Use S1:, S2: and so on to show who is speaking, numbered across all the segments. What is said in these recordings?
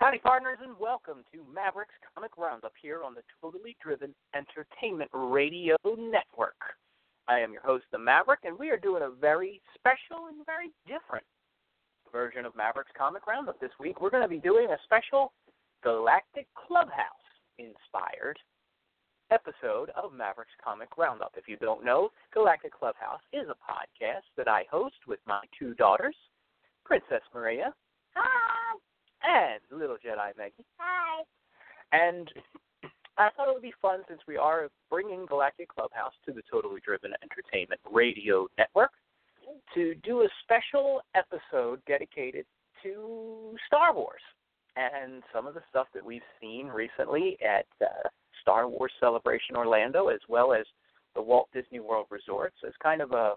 S1: Howdy, partners, and welcome to Mavericks Comic Roundup here on the Totally Driven Entertainment Radio Network. I am your host, The Maverick, and we are doing a very special and very different version of Mavericks Comic Roundup this week. We're going to be doing a special Galactic Clubhouse inspired episode of Mavericks Comic Roundup. If you don't know, Galactic Clubhouse is a podcast that I host with my two daughters, Princess Maria. Hi and Little Jedi Maggie. Hi. And I thought it would be fun since we are bringing Galactic Clubhouse to the Totally Driven Entertainment Radio Network to do a special episode dedicated to Star Wars and some of the stuff that we've seen recently at uh, Star Wars Celebration Orlando as well as the Walt Disney World Resorts as kind of a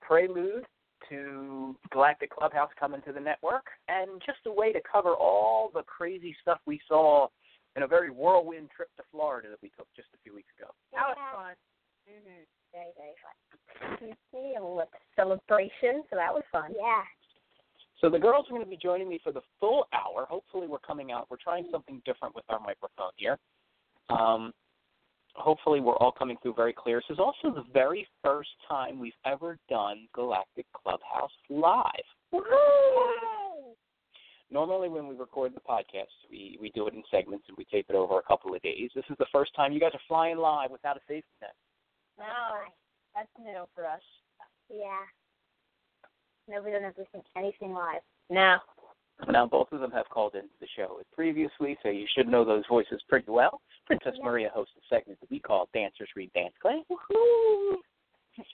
S1: prelude to Galactic Clubhouse coming to the network, and just a way to cover all the crazy stuff we saw in a very whirlwind trip to Florida that we took just a few weeks ago. That was fun.
S2: Mm-hmm. Oh, Very, very fun. We had a little celebration, so that was fun. Yeah.
S1: So the girls are going to be joining me for the full hour. Hopefully, we're coming out. We're trying something different with our microphone here. Um, hopefully, we're all coming through very clear. This is also the very first time we've ever done Galactic Clubhouse live. normally when we record the podcast, we, we do it in segments and we tape it over a couple of days. This is the first time you guys are flying live without a safety net.
S2: Wow. That's new for us. Yeah. No, we don't have to think anything live. No.
S1: Now both of them have called into the show previously, so you should know those voices pretty well. Princess
S2: Yeah.
S1: Maria hosts a segment that we call Dancers Read Dance Clay.
S2: Woohoo!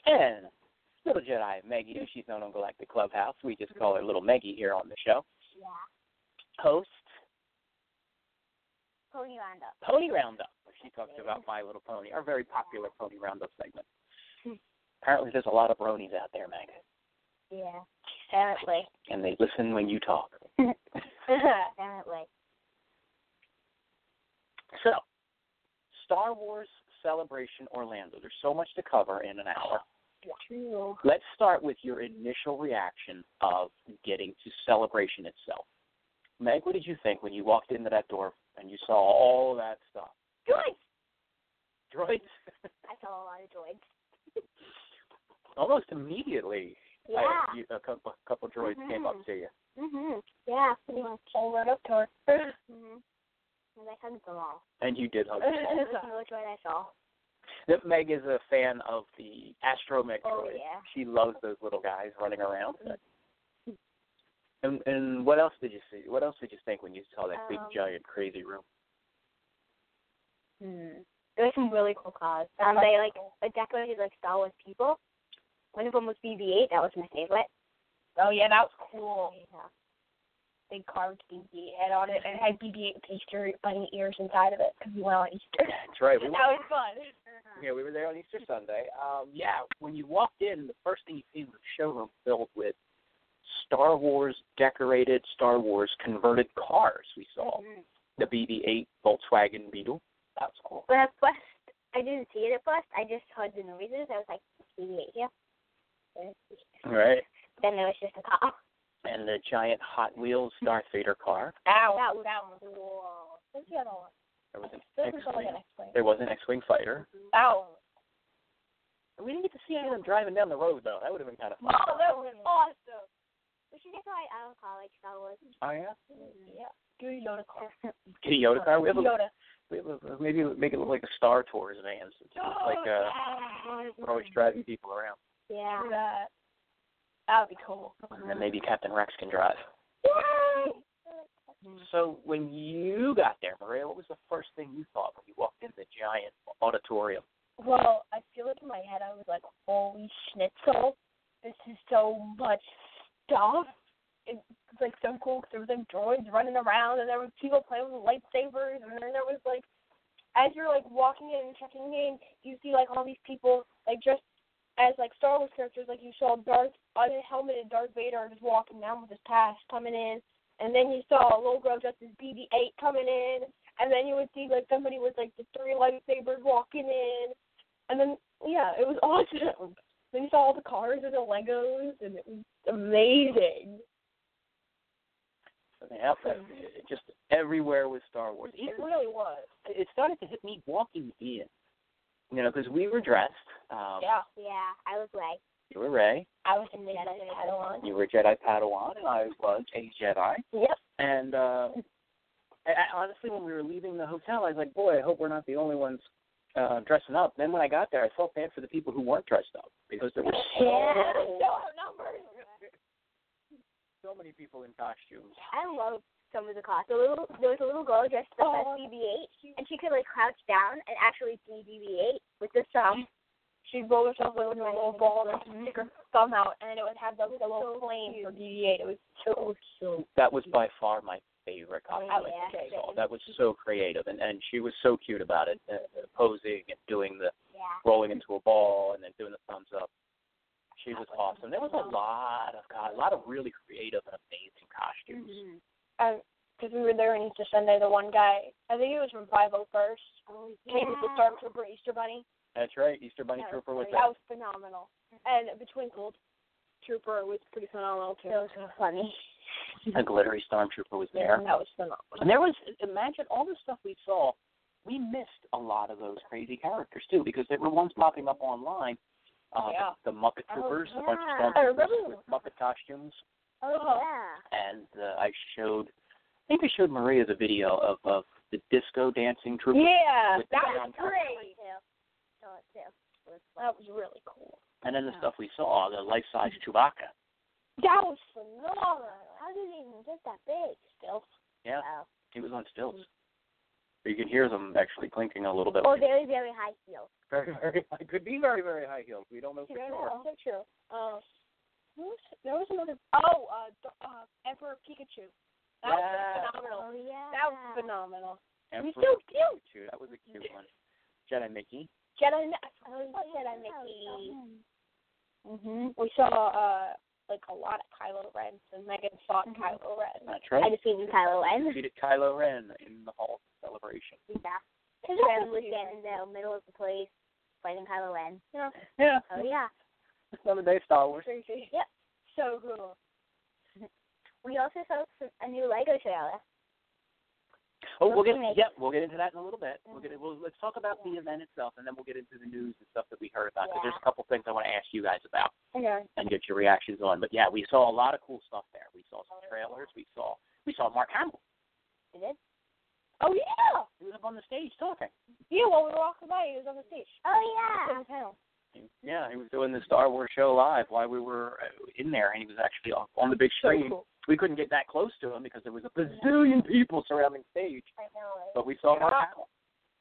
S1: And Little Jedi Maggie, who she's known on Galactic Clubhouse, we just call her Little Maggie here on the show,
S2: Yeah.
S1: hosts
S2: Pony Roundup.
S1: Pony Roundup, where she talks about My Little Pony, our very popular Pony Roundup segment.
S2: Hmm.
S1: Apparently, there's a lot of bronies out there, Maggie.
S2: Yeah. Apparently.
S1: and they listen when you talk.
S2: Apparently.
S1: So, Star Wars Celebration Orlando. There's so much to cover in an hour.
S2: True.
S1: Let's start with your initial reaction of getting to Celebration itself. Meg, what did you think when you walked into that door and you saw all that stuff?
S2: Droids!
S1: Droids
S2: I saw a lot of droids.
S1: almost immediately.
S2: Yeah.
S1: I, you, a, couple, a couple droids came up
S2: Mhm.
S1: to you.
S2: hmm Yeah, pretty much. All right up to her. hmm And I hugged them all.
S1: And you did hug
S2: That's
S1: them.
S2: the droid I saw.
S1: That Meg is a fan of the astromech
S2: Oh,
S1: droid.
S2: yeah.
S1: She loves those little guys running around. And and what else did you see? What else did you think when you saw that big
S2: Um,
S1: giant crazy room?
S2: Hmm. There's some really cool cars. Um, they like they decorated like Star Wars people. One of them was BB-8. That was my favorite.
S3: Oh yeah, that was cool.
S2: Yeah.
S3: They carved BB head on it and had BB-8 with Easter bunny ears inside of it because we went on Easter.
S1: That's right. We
S3: that
S1: went,
S3: was fun.
S1: yeah, we were there on Easter Sunday. Um, yeah, when you walked in, the first thing you see was a showroom filled with Star Wars decorated Star Wars converted cars. We saw
S2: Mhm.
S1: the BB-8 Volkswagen Beetle. That was cool.
S2: But at first, I didn't see it at first. I just heard the noises. I was like, BB-8 here.
S1: Right.
S2: Then there was just a car.
S1: And the giant Hot Wheels Darth Vader car.
S3: Ow.
S2: That was
S3: that one.
S2: cool.
S3: What's the other one?
S1: There was an
S3: There was
S1: X-wing.
S3: only an X-wing.
S1: There was an X-wing fighter.
S3: Ow.
S1: We didn't get to see any of them driving down the road though. That would have been kind of fun.
S3: Oh, that was awesome.
S2: Which is um, why I don't call like Star Wars.
S1: Oh yeah.
S3: Yeah. Give me Yoda car.
S1: Kitty Yoda car. We have a,
S3: Yoda.
S1: we have a uh, maybe make it look like a Star Tours van. It's just like uh,
S3: Oh,
S1: we're always driving people around.
S2: Yeah.
S3: yeah. That would be cool.
S1: and then maybe Captain Rex can drive.
S3: Yay!
S1: So when you got there, Maria, what was the first thing you thought when you walked in the giant auditorium?
S3: Well, I feel like in my head I was like, holy schnitzel, this is so much stuff. It was like so cool 'cause there was like droids running around and there was people playing with lightsabers and then there was like, as you're like walking in and checking in, you see like all these people like just as like Star Wars characters, like you saw Darth unhelmeted Darth Vader just walking down with his pass coming in, and then you saw a little girl dressed as BB-8 coming in, and then you would see like somebody with like the three lightsabers walking in, and then yeah, it was awesome. Then you saw all the cars and the Legos, and it was amazing.
S1: I mean, how- it just everywhere was Star Wars.
S3: It
S1: Even
S3: really was.
S1: it started to hit me walking in, you know, because we were dressed. Um,
S3: Yeah,
S2: Yeah, I was like,
S1: You were Ray.
S3: I was in the Jedi Padawan.
S1: You were Jedi Padawan, and I was a Jedi.
S3: Yep.
S1: And uh, I, I, honestly, when we were leaving the hotel, I was like, "Boy, I hope we're not the only ones uh, dressing up." Then when I got there, I felt bad for the people who weren't dressed up because there were
S3: Yeah.
S1: so,
S3: So outnumbered.
S1: so many people in costumes.
S2: I love some of the cost. The little there was a little girl dressed up as
S3: Oh.
S2: BB-8, and she could like crouch down and actually see BB-8 with the thumb.
S3: She'd roll herself like into a little ball and stick her thumb out, and it would have the little flame for BB-8. It was so cute.
S1: That was by far my favorite costume
S3: Oh,
S1: I think I
S3: yeah.
S1: saw. That was so creative, and and she was so cute about it, uh, uh, posing and doing the
S2: Yeah.
S1: rolling into a ball and then doing the thumbs up. She was awesome. There was a lot of co- a lot of really creative and amazing costumes.
S2: Mm-hmm.
S3: because we were there on Easter Sunday. The one guy, I think it was from Five O First,
S2: Oh,
S3: came with the Stormtrooper Easter Bunny.
S1: Mm-hmm. That's right, Easter Bunny
S3: That was
S1: Trooper was
S3: great.
S1: that.
S3: That was phenomenal.
S2: Mm-hmm.
S3: And between Gold Trooper was pretty phenomenal too.
S2: That was so funny.
S1: A glittery stormtrooper was there.
S3: That was phenomenal.
S1: And there was imagine all the stuff we saw. We missed a lot of those crazy characters too because there were ones popping up online. Uh,
S3: Yeah.
S1: The Muppet
S2: Oh,
S1: Troopers, a bunch
S2: yeah.
S1: of
S3: I
S1: stormtroopers
S3: remember
S1: with Muppet costumes,
S3: Oh,
S2: Yeah.
S1: and uh, I showed. I think I showed Maria the video of of the disco dancing trooper.
S3: yeah,
S1: With the
S3: that
S1: brown
S3: was
S1: cover.
S3: great.
S2: Saw it too. It was fun.
S3: That was really cool.
S1: And then the stuff we saw, the life size Chewbacca.
S3: That was phenomenal.
S2: How did it even get that big? Still.
S1: Yeah,
S2: Oh.
S1: he was on stilts. You could hear them actually clinking a little bit.
S2: Oh, very, very high heels.
S1: very, very high. Could be very, very high heels. We don't know for
S3: Yeah,
S1: sure.
S3: that's true. Um, there was, there was another. Oh, uh, d- uh, Emperor Pikachu. That
S1: Yeah.
S3: was phenomenal.
S2: Oh, yeah.
S3: That was phenomenal.
S1: Emperor
S3: He's so cute.
S1: Pikachu, That was a cute one. Jedi Mickey.
S3: Jedi. Ma-
S2: Oh,
S3: Oh,
S2: yeah.
S3: Jedi Mickey. Mhm. We saw uh like a lot of Kylo Ren, so Megan fought
S2: Mhm.
S3: Kylo Ren.
S1: That's
S2: I
S1: right.
S2: just seen Kylo Ren.
S1: Defeated Kylo Ren in the Hall of Celebration.
S2: Yeah.
S3: His
S2: Ren was standing there, middle of the place, fighting Kylo Ren.
S3: Yeah.
S1: Yeah.
S2: Oh yeah.
S1: Another day of Star Wars.
S3: Crazy.
S2: Yep.
S3: So cool.
S2: We also saw some, a new Lego trailer.
S1: Oh, we'll get
S2: Remake.
S1: yeah, we'll get into that in a little bit. We'll get it. Well, let's talk about the event itself, and then we'll get into the news and stuff that we heard about. 'cause there's a couple things I want to ask you guys about.
S3: Okay.
S1: and get your reactions on. But yeah, we saw a lot of cool stuff there. We saw some trailers. We saw we saw Mark Hamill.
S2: We did?
S3: Oh yeah.
S1: He was up on the stage talking.
S3: Yeah. While we were walking by, he was on the stage.
S2: Oh yeah.
S1: Yeah, he was doing the Star Wars show live while we were uh, in there, and he was actually on- on the big screen. We couldn't get that close to him because there was a bazillion people surrounding stage.
S2: I know.
S1: But we saw Mark
S3: Yeah.
S1: Hamill,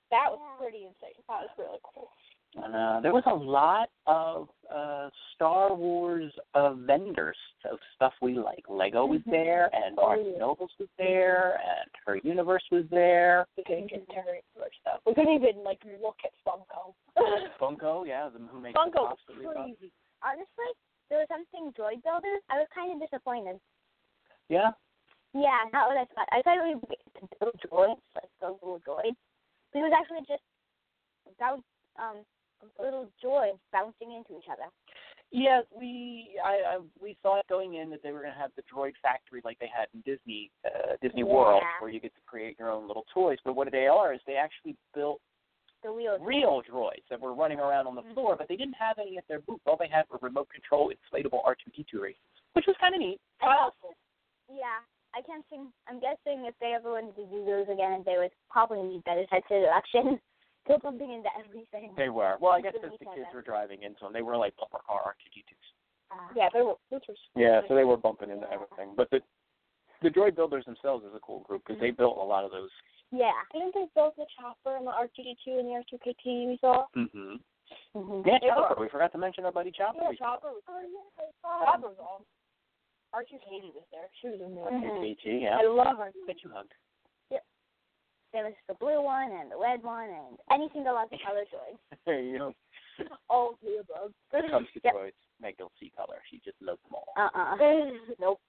S3: That was
S2: Yeah.
S3: pretty insane. That was really cool.
S1: and uh, there was a lot of uh, Star Wars uh, vendors, so stuff we like. Lego
S2: Mm-hmm.
S1: was there, and
S2: Oh,
S1: Barnes and Nobles was there, and Her Universe was there.
S3: We couldn't get Terry for stuff. We couldn't even like look at Funko.
S1: Funko, yeah, the who makes the
S3: Funko was
S1: pops that we love.
S3: crazy.
S2: Honestly, there was something droid builders. I was kind of disappointed.
S1: Yeah,
S2: Yeah, not what I thought. I thought it would be to build droids, like those little droids. But it was actually just bounce, um, little droids bouncing into each other.
S1: yeah. We I, I we thought going in that they were going to have the droid factory like they had in Disney uh, Disney World,
S2: Yeah.
S1: where you get to create your own little toys. But what they are is they actually built
S2: The wheels.
S1: real droids that were running around on the floor, but they didn't have any at their booth. All they had were remote control inflatable R2D2 races, which was kind of neat.
S2: I guess- yeah, I can't think. I'm guessing if they ever wanted to do those again, they would probably need better types of direction. They're bumping into everything.
S1: They were. Well, I guess
S2: Didn't
S1: since the
S2: we try
S1: kids
S2: that?
S1: were driving in, so they were like bumper car R2D2s.
S2: Uh,
S3: Yeah, they were Bluetooth.
S1: Yeah, so they were bumping into everything. But the the droid builders themselves is a cool group because they
S3: Mm-hmm.
S1: built a lot of those.
S2: Yeah.
S3: Didn't they build the chopper and the R2D2 and the R2KT we saw?
S1: Mm-hmm.
S2: Mm-hmm.
S1: Yeah, Chopper. We forgot to mention our buddy Chopper.
S3: Yeah,
S1: We-
S3: chopper. Was,
S2: Oh, yeah.
S3: chopper was awesome. R2KT was there. She was amazing.
S1: RTKT, yeah.
S3: I love her.
S1: Get you hugged.
S2: There was the blue one and the red one and any single other color droid.
S1: you know,
S3: All of the above.
S1: when it comes to
S2: Yep.
S1: droids, Meg don't see color. She just loves them all.
S2: Uh-uh.
S3: nope.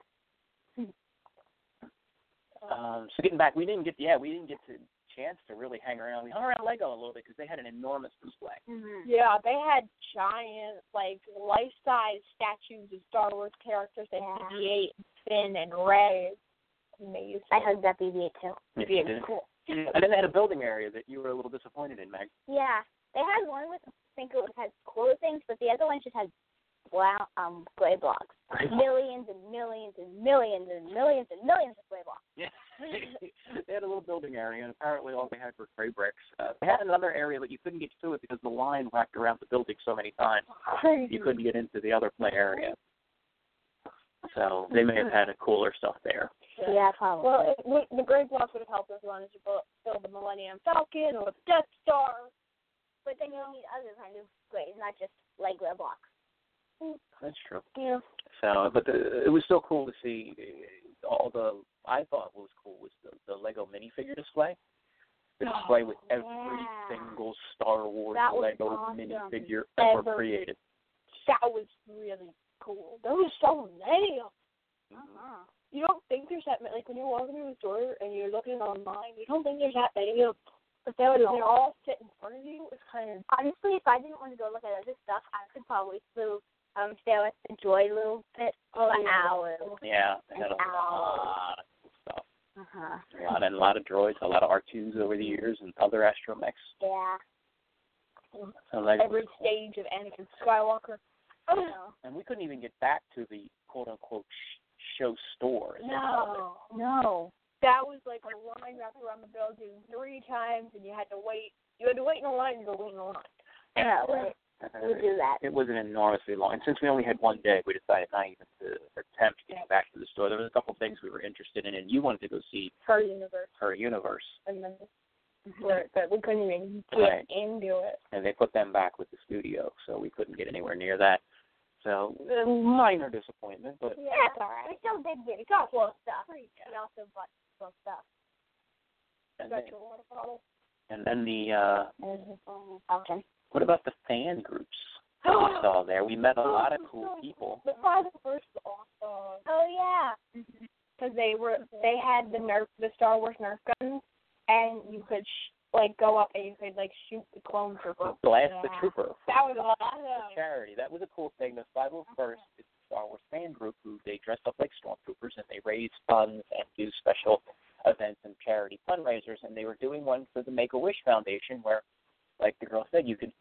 S1: Um, so getting back, we didn't get yeah, we didn't get to chance to really hang around. We hung around Lego a little bit because they had an enormous display.
S2: Mm-hmm.
S3: Yeah, they had giant, like, life size statues of Star Wars characters. They had
S2: Yeah.
S3: BB 8, Finn, and Ray. Amazing.
S2: I hugged that BB-8 too.
S3: Yeah,
S1: And
S3: cool.
S1: then they had a building area that you were a little disappointed in, Meg.
S2: Yeah, they had one with I think it was- had cooler things, but the other one just had wow, um, gray blocks,
S1: Gray blocks.
S2: millions and millions and millions and millions and millions of gray blocks.
S1: Yeah. they had a little building area, and apparently all they had were gray bricks. Uh, they had another area, but you couldn't get to it because the line wrapped around the building so many times. You couldn't get into the other play area. So they may have had a cooler stuff there.
S2: Yeah, probably.
S3: Well, it, w- the gray blocks would have helped us run to bu- build the Millennium Falcon or the Death Star.
S2: but then you need other kind of grays, not just like gray blocks.
S1: That's true.
S3: Yeah.
S1: So, but the, it was still cool to see uh, all the. I thought what was cool was the, the Lego minifigure display. The
S3: Oh,
S1: display with every
S2: yeah.
S1: single Star Wars
S2: That was
S1: Lego
S2: awesome.
S1: minifigure ever
S3: Ever.
S1: created.
S3: That was really cool. There was so many of 'em.
S2: Uh-huh.
S3: You don't think there's that many. Like, when you're walking through the store and you're looking online, you don't think there's that many of 'em. But they would they all sit in front of you. It's kind of.
S2: Honestly, if I didn't want to go look at other stuff, I could probably still um stay with the joy a little bit for
S3: Oh, yeah.
S2: hours.
S1: Yeah, they had a
S2: Wow.
S1: lot of stuff.
S2: Uh-huh.
S1: A lot, and a lot of droids, a lot of R2s over the years, and other astromechs.
S2: Yeah.
S1: So Lego was
S3: every
S1: cool.
S3: stage of Anakin Skywalker.
S2: Oh no.
S1: And we couldn't even get back to the quote unquote sh- show store. as they called it.
S3: No.
S2: No.
S3: That was like a line wrapped around the building three times, and you had to wait. You had to wait in a line to go wait in a line.
S2: Yeah, we we
S1: Uh,
S2: do that.
S1: it was an enormously long. And since we only had one day, we decided not even to attempt getting back to the store. There was a couple things we were interested in, and you wanted to go see
S3: Her universe,
S1: her universe,
S3: and then where, but we couldn't even get
S1: Mm-hmm. Right.
S3: into it.
S1: and they put them back with the studio, so we couldn't get anywhere near that. So a minor disappointment, but
S2: Yeah, it's all right. We still did get got cool stuff. We also bought cool stuff.
S1: and then,
S3: Got your water bottle.
S1: and then the uh
S2: Falcon.
S1: what about the fan groups that we saw there? We met a lot of cool people.
S3: The Father First was awesome
S2: Oh yeah.
S3: because they were they had the Nerf, the Star Wars Nerf guns, and you could sh- like go up and you could like shoot the clone trooper.
S1: Blast the
S2: Yeah.
S1: Trooper
S3: That was awesome.
S1: for charity. That was a cool thing. The 501st is a Star Wars fan group who they dress up like stormtroopers and they raise funds and do special events and charity fundraisers. And they were doing one for the Make a Wish Foundation where, like the girl said, you could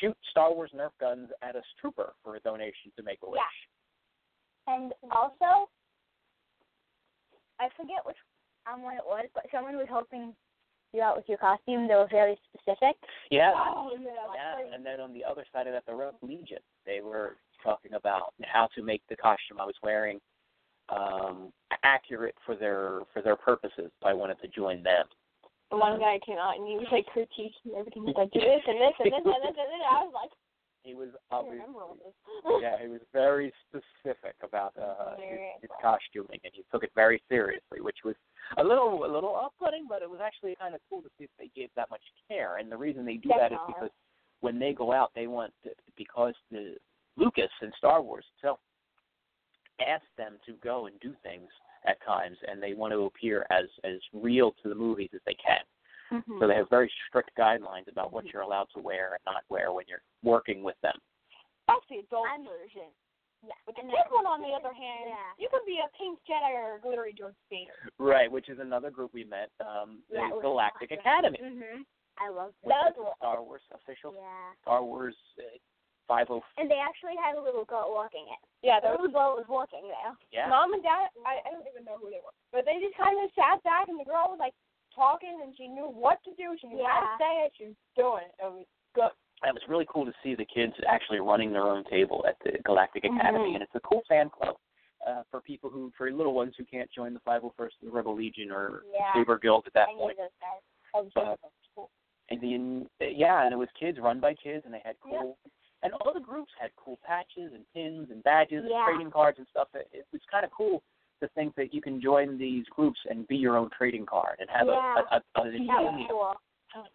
S1: shoot Star Wars Nerf guns at a trooper for a donation to Make a Wish.
S2: And also, I forget which um one it was, but someone was helping you out with your costume. They were very specific.
S1: Yeah.
S3: Oh, yeah.
S1: Yeah, and then on the other side of that, the Rogue Legion. They were talking about how to make the costume I was wearing um, accurate for their for their purposes. I wanted to join them.
S3: The one guy came out and he was like critiquing everything. He's like, do this and this and this and this and this. I was like,
S1: He was
S3: I don't
S1: obviously,
S3: remember all this.
S1: yeah, he was very specific about uh, his,
S3: Very
S1: his costuming, and he took it very seriously, which was a little a little off-putting, but it was actually kind of cool to see if they gave that much care. And the reason they do that is
S3: Definitely.
S1: because when they go out, they want to, because the Lucas and Star Wars itself asked them to go and do things at times, and they want to appear as as real to the movies as they can. So they have very strict guidelines about what you're allowed to wear and not wear when you're working with them.
S3: That's the adult
S2: I'm-
S3: version.
S2: Yeah.
S3: But the
S2: And
S3: kid
S2: then-
S3: one, on the other hand,
S2: Yeah.
S3: you could be a pink Jedi or a glittery George Vader.
S1: Right, which is another group we met, um, the
S2: Yeah, it was
S1: Galactic
S2: awesome.
S1: Academy,
S2: Mhm. I love
S1: which
S2: that.
S1: is the Star Wars official
S2: Yeah.
S1: Star Wars uh, 504.
S2: And they actually had a little girl walking it.
S3: Yeah,
S2: The
S3: there
S2: little
S3: was
S2: girl was walking there.
S1: Yeah,
S3: mom and dad. I, I don't even know who they were, but they just kind of sat back and the girl was like talking and she knew what to do. She knew how to
S2: Yeah.
S3: say it. She was doing it. It was good.
S1: it was really cool to see the kids actually running their own table at the Galactic
S2: Mm-hmm.
S1: Academy, and it's a cool fan club uh, for people who, for little ones who can't join the 501st and the Rebel Legion or
S2: Yeah.
S1: Saber Guild at that
S2: I knew
S1: point.
S2: those guys. I was
S1: Uh, And then, yeah, and it was kids run by kids, and they had cool, and all the groups had cool patches and pins and badges
S2: Yeah.
S1: and trading cards and stuff. It, it was kind of cool to think that you can join these groups and be your own trading card and have a,
S2: Yeah.
S1: a, a, an
S2: that was
S1: insignia,
S2: cool.
S3: Oh,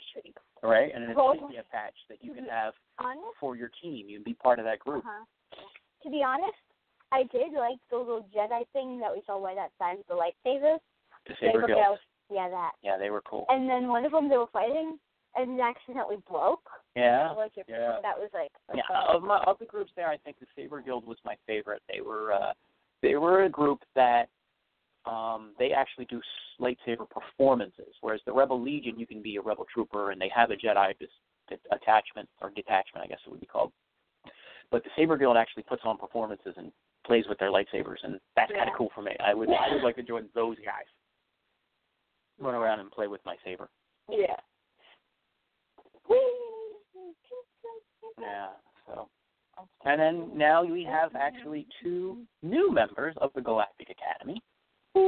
S1: right? And an
S3: Well-
S1: insignia patch that you
S2: mm-hmm.
S1: can have
S2: Honest?
S1: for your team. You'd be part of that group.
S2: Uh-huh. To be honest, I did like the little Jedi thing that we saw by that time, the lightsabers.
S1: The
S2: They
S1: Saber
S2: were
S1: Guild.
S2: girls. Yeah, that.
S1: Yeah, they were cool.
S2: And then one of them they were fighting, and it accidentally broke.
S1: Yeah.
S2: Like it,
S1: Oh, yeah.
S2: Oh, That was like.
S1: Yeah, of my of the groups there, I think the Saber Guild was my favorite. They were uh, they were a group that um, they actually do s- lightsaber performances, whereas the Rebel Legion, you can be a Rebel Trooper and they have a Jedi dis- d- attachment or detachment, I guess it would be called. But the Saber Guild actually puts on performances and plays with their lightsabers, and that's kind
S3: Yeah.
S1: of cool for me. I would I would like to join those guys. Run around and play with my saber.
S3: Yeah.
S1: Yeah. So, and then now we have actually two new members of the Galactic Academy.
S2: Yeah.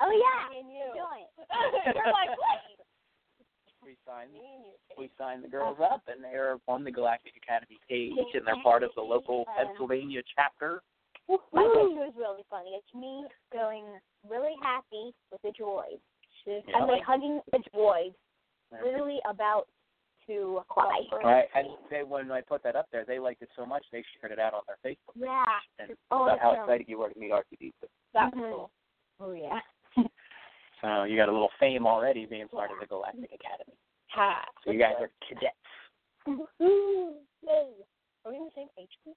S2: Oh yeah.
S3: Me and you.
S2: Doing it.
S3: You're like, what?
S1: We signed
S3: Me and you.
S1: we signed the girls up, and they are on the Galactic Academy page, and they're part of the local Pennsylvania chapter.
S2: My picture was really funny. It's me going really happy with a droid.
S1: Yeah.
S2: I'm like hugging a droid,
S1: Yeah.
S2: literally about to cry.
S1: Right, and they when I put that up there, they liked it so much they shared it out on their Facebook
S2: Yeah.
S1: and
S2: Oh,
S1: about how
S2: yeah.
S1: excited you were to meet RTD.
S3: That was
S2: Mhm.
S3: cool.
S2: Oh yeah.
S1: So you got a little fame already being part of the Galactic Academy.
S3: Ha.
S1: So you guys are cadets.
S2: Yay.
S3: Are we in the same age group?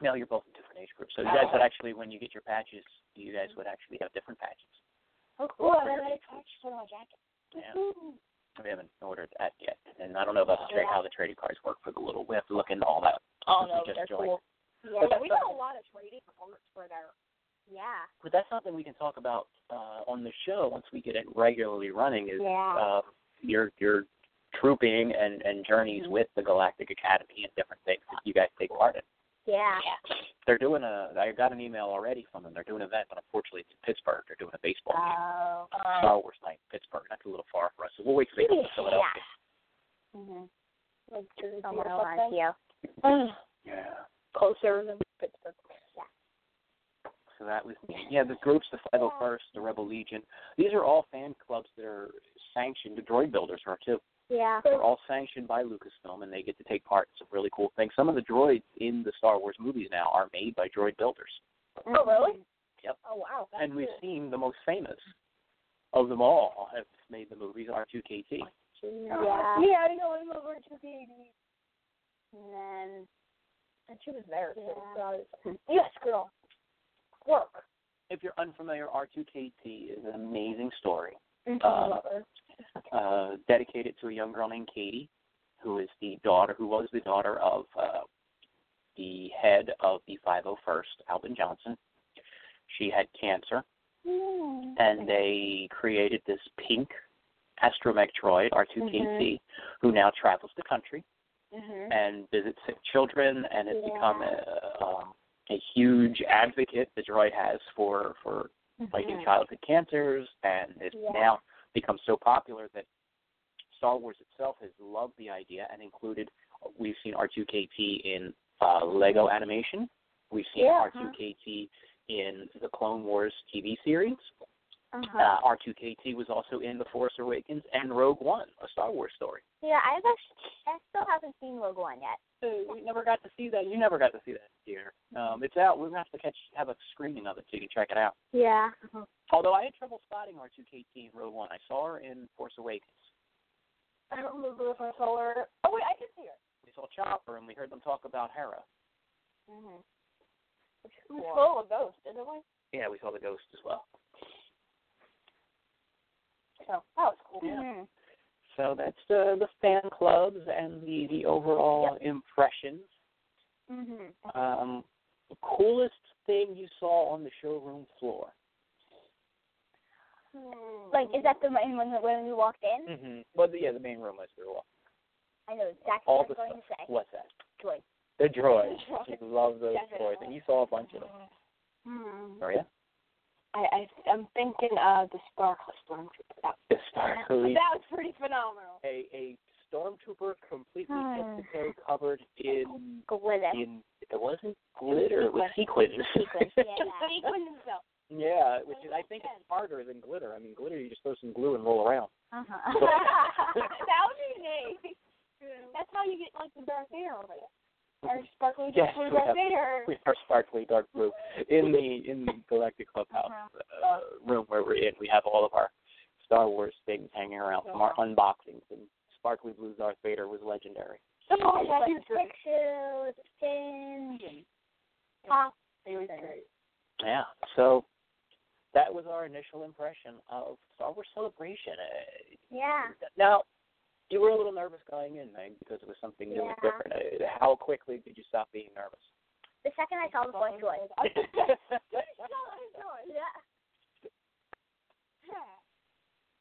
S1: No, you're both in different age groups. So you guys would actually, when you get your patches, you guys would actually have different patches.
S3: Oh, cool. I got a patch for my jacket.
S1: Yeah. We haven't ordered that yet, and I don't know about the tra- how the trading cards work for the little. We have to look into all that.
S3: Oh,
S1: since we
S3: no,
S1: just
S3: they're
S1: joined.
S3: cool. Yeah, we got a lot of trading cards for their
S2: Yeah.
S1: But that's something we can talk about uh, on the show once we get it regularly running. Is
S2: Yeah.
S1: um, your your trooping and and journeys
S3: Mm-hmm.
S1: with the Galactic Academy and different things that you guys take part in.
S2: Yeah.
S1: They're doing a. I got an email already from them. They're doing an event, but unfortunately it's in Pittsburgh. They're doing a baseball
S3: Ah.
S1: game.
S2: Oh.
S1: Star Wars night, in Pittsburgh. That's a little far for us, so we'll wait till they come to Philadelphia.
S2: Mm-hmm.
S3: like jerseys
S2: Oh,
S3: or
S2: my God,
S3: something.
S2: yeah.
S3: Ugh,
S1: Yeah.
S3: Closer than Pittsburgh.
S1: So that was neat. Yeah, the groups, the 501st, the Rebel Legion. These are all fan clubs that are sanctioned. The Droid Builders are too.
S2: Yeah.
S1: They're all sanctioned by Lucasfilm, and they get to take part in some really cool things. Some of the droids in the Star Wars movies now are made by droid builders,
S3: Oh,
S2: Mm-hmm.
S3: really?
S1: Mm-hmm. Yep.
S3: Oh, wow. That's
S1: and we've
S3: cool.
S1: seen the most famous of them all have made the movies R2KT. Oh,
S2: Yeah.
S3: Yeah, I know. I'm over to the
S2: And then
S3: And she was there. So
S2: Yeah.
S3: so I was like, yes, girl. Work.
S1: If you're unfamiliar, R2KT is an amazing story.
S3: I
S1: Um,
S3: love her.
S1: uh, dedicated to a young girl named Katie, who is the daughter, who was the daughter of uh, the head of the 501st, Alvin Johnson. She had cancer, and they created this pink astromech droid, R2KT, who now travels the country
S3: Mm-hmm.
S2: hmm
S1: and visits sick children, and has
S2: Yeah.
S1: become a, um, a huge advocate the droid has for for
S2: Mm-hmm.
S1: fighting childhood cancers and it's
S2: Yeah.
S1: now become so popular that Star Wars itself has loved the idea and included we've seen R2KT in uh, Lego animation. We've seen
S3: Yeah, huh.
S1: R2KT in the Clone Wars TV series.
S2: Uh-huh.
S1: Uh, R2KT was also in The Force Awakens and Rogue One, a Star Wars story.
S2: yeah, I've actually, I still haven't seen Rogue One yet.
S1: So we never got to see that. You never got to see that here. Um, it's out. We're gonna have to catch have a screening of it so you can check it out.
S2: Yeah.
S1: Although I had trouble spotting R2KT in Rogue One. I saw her in Force Awakens.
S3: I don't remember if I saw her. Oh, wait, I did see her.
S1: we saw Chopper and we heard them talk about Hera.
S2: Mm-hmm.
S3: We saw a ghost, didn't we?
S1: Yeah, we saw the ghost as well.
S3: So that was cool.
S2: Mm-hmm.
S1: So that's the the fan clubs and the the overall impressions.
S2: Mm-hmm.
S1: Um, coolest thing you saw on the showroom floor?
S2: Like, is that the main one that when we walked in?
S1: Mm-hmm. Well, yeah, the main room was we were walking.
S2: I know exactly
S1: All
S2: what
S1: the
S2: I'm going
S1: stuff.
S2: to say.
S1: What's that?
S2: Joy.
S1: The droids.
S3: Droids.
S1: She loves those
S3: Definitely.
S1: droids, and you saw a bunch of them.
S3: Hmm.
S1: Maria,
S3: I, I I'm thinking uh the Sparkle Stormtrooper. That,
S1: the sparkly
S3: that was pretty phenomenal.
S1: a a stormtrooper completely
S2: Hmm.
S1: hypnotic covered in
S2: Glitter.
S1: in it wasn't glitter, it was sequins.
S2: Sequins, yeah.
S3: Sequins though.
S1: yeah, which is I think is harder than glitter. I mean, glitter you just throw some glue and roll around.
S2: Uh-huh.
S3: that would be neat. That's how you get like the Darth Vader over there. Or sparkly
S1: Yes,
S3: for
S1: we
S3: Darth
S1: have-
S3: Vader.
S1: We are sparkly dark blue in the in the Galactic Clubhouse
S2: Uh-huh.
S1: uh, room where we're in. We have all of our Star Wars things hanging around from our unboxings, and sparkly blue Darth Vader was legendary.
S3: Oh,
S2: It's like pictures, pins, and pop.
S1: Yeah. So that was our initial impression of Star Wars Celebration. Uh,
S2: Yeah.
S1: Now, you were a little nervous going in, Meg, because it was something new and
S2: Yeah.
S1: different. Uh, How quickly did you stop being nervous?
S2: The second I saw the Force Joy. Yeah.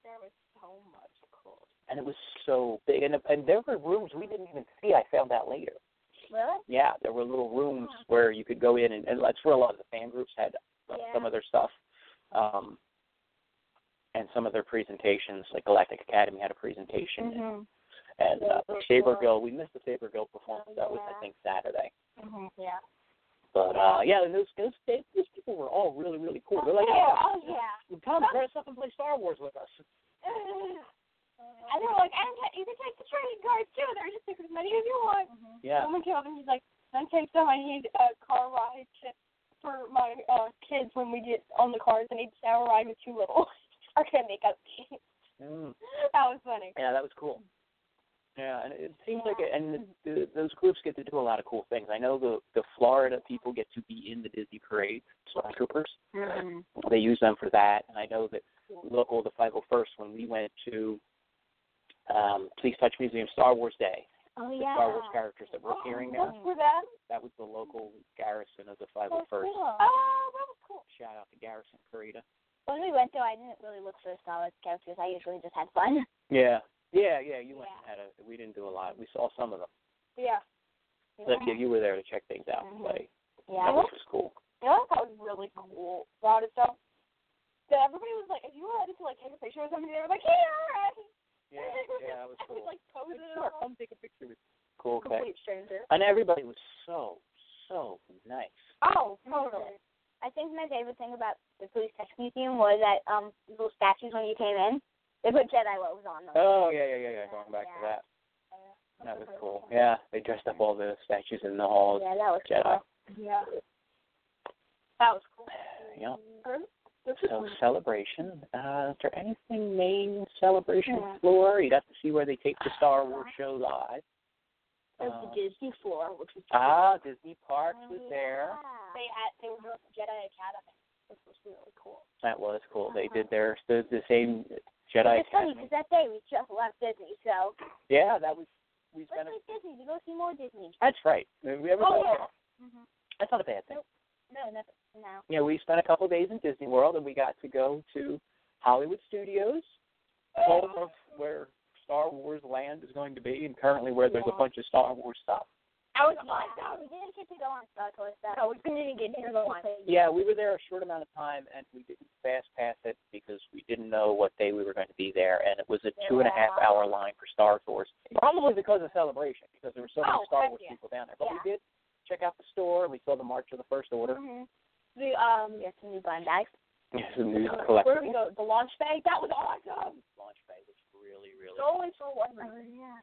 S3: There was so much cool.
S1: and it was so big, and and there were rooms we didn't even see. I found out later.
S2: Really?
S1: Yeah, there were little rooms where you could go in, and, and that's where a lot of the fan groups had uh,
S2: Yeah.
S1: some of their stuff, um, and some of their presentations. Like Galactic Academy had a presentation,
S3: Mm-hmm.
S1: and uh, Saberville. We missed the Saberville performance. That was, I think, Saturday.
S3: Mm-hmm. Yeah.
S1: But uh yeah, and those those they, those people were all really really cool. They're like,
S3: Oh,
S1: yeah,
S3: yeah.
S1: come dress up and play Star Wars with us.
S3: and they were like, and you can take the trading cards too. There's just like as many as you want.
S1: Yeah,
S3: Someone came up and he's like, I'm take some. I need a car ride to, for my uh kids when we get on the cars. I need to have a ride with two little. Our kid makeup.
S1: Mm.
S3: that was funny.
S1: yeah, that was cool. Yeah, and it seems like, it, and the, the, those groups get to do a lot of cool things. I know the the Florida people get to be in the Disney parade, Stormtroopers. They use them for that, and I know that local, the 501st, when we went to um Please Touch Museum Star Wars Day,
S2: Oh,
S1: the
S2: yeah. Oh,
S1: Star Wars characters that we're hearing now,
S3: Oh, For that?
S1: that was the local garrison of the
S2: So
S1: 501st.
S2: cool.
S3: Oh, that was cool.
S1: Shout out to Garrison Carita.
S2: When we went there, I didn't really look for the Star Wars characters. I usually just had fun.
S1: Yeah. Yeah, yeah. You went and had
S2: Yeah.
S1: a. We didn't do a lot. We saw some of them.
S3: Yeah.
S1: But yeah, you were there to check things out and play.
S2: Mm-hmm.
S1: That
S2: Yeah.
S1: was just cool.
S3: You know what I thought was really cool about it though? That everybody was like, if you wanted to like take a picture with somebody, they were like, here! And
S1: Yeah, yeah, that was
S3: I
S1: cool.
S3: like posing and
S1: Sure,
S3: all.
S1: take a picture with cool okay.
S3: Complete stranger.
S1: And everybody was so so nice.
S3: Oh, totally.
S2: I think my favorite thing about the Police Tech Museum was that um little statues when you came in, they put Jedi robes on them.
S1: Oh yeah, yeah, yeah, yeah. Going back to
S2: Yeah.
S1: that. That was cool. Yeah, they dressed up all the statues in the halls.
S2: yeah, that was
S1: Jedi.
S2: cool.
S3: Yeah. That was cool.
S1: Yeah.
S3: Mm-hmm. This is
S1: So celebration. Uh, is there anything main celebration
S3: Yeah.
S1: floor? You'd have to see where they take the Star Wars show live.
S2: There's
S1: Uh,
S2: the Disney floor, which was
S1: Ah, Disney Parks Oh, was there.
S2: Yeah.
S3: they had they were doing Jedi Academy, which was really cool.
S1: That was cool. They did their the, the same Jedi.
S2: It's funny
S1: Academy.
S2: because that day we just left Disney, so
S1: Yeah, that was we
S2: let's
S1: spent. A,
S2: leave Disney to go see more Disney.
S1: that's right. We ever
S3: Oh,
S1: thought
S3: yeah.
S1: That's not a bad thing.
S2: Nope. No, never. No.
S1: Yeah, we spent a couple of days in Disney World, and we got to go to Hollywood Studios, home of where Star Wars Land is going to be, and currently where there's a bunch of Star Wars stuff.
S3: I was like,
S2: Yeah, we didn't get to go on Star Tours though.
S3: no, we didn't get near the line.
S1: Yeah, we were there a short amount of time, and we didn't fast pass it because we didn't know what day we were going to be there, and it was a two and a half hour line for Star Wars. Probably because of celebration, because there were so many
S3: Oh,
S1: Star
S3: heck
S1: Wars
S3: yeah.
S1: people down there. But
S2: Yeah.
S1: we did check out the store, and we saw the March of the First Order.
S3: The um,
S2: We got some new blind bags.
S1: Yes,
S3: Mm-hmm.
S1: and we
S3: where
S1: collected
S3: we go? The launch bag. That was awesome.
S1: launch bay, which really, really.
S3: Going for one reason.
S2: yeah.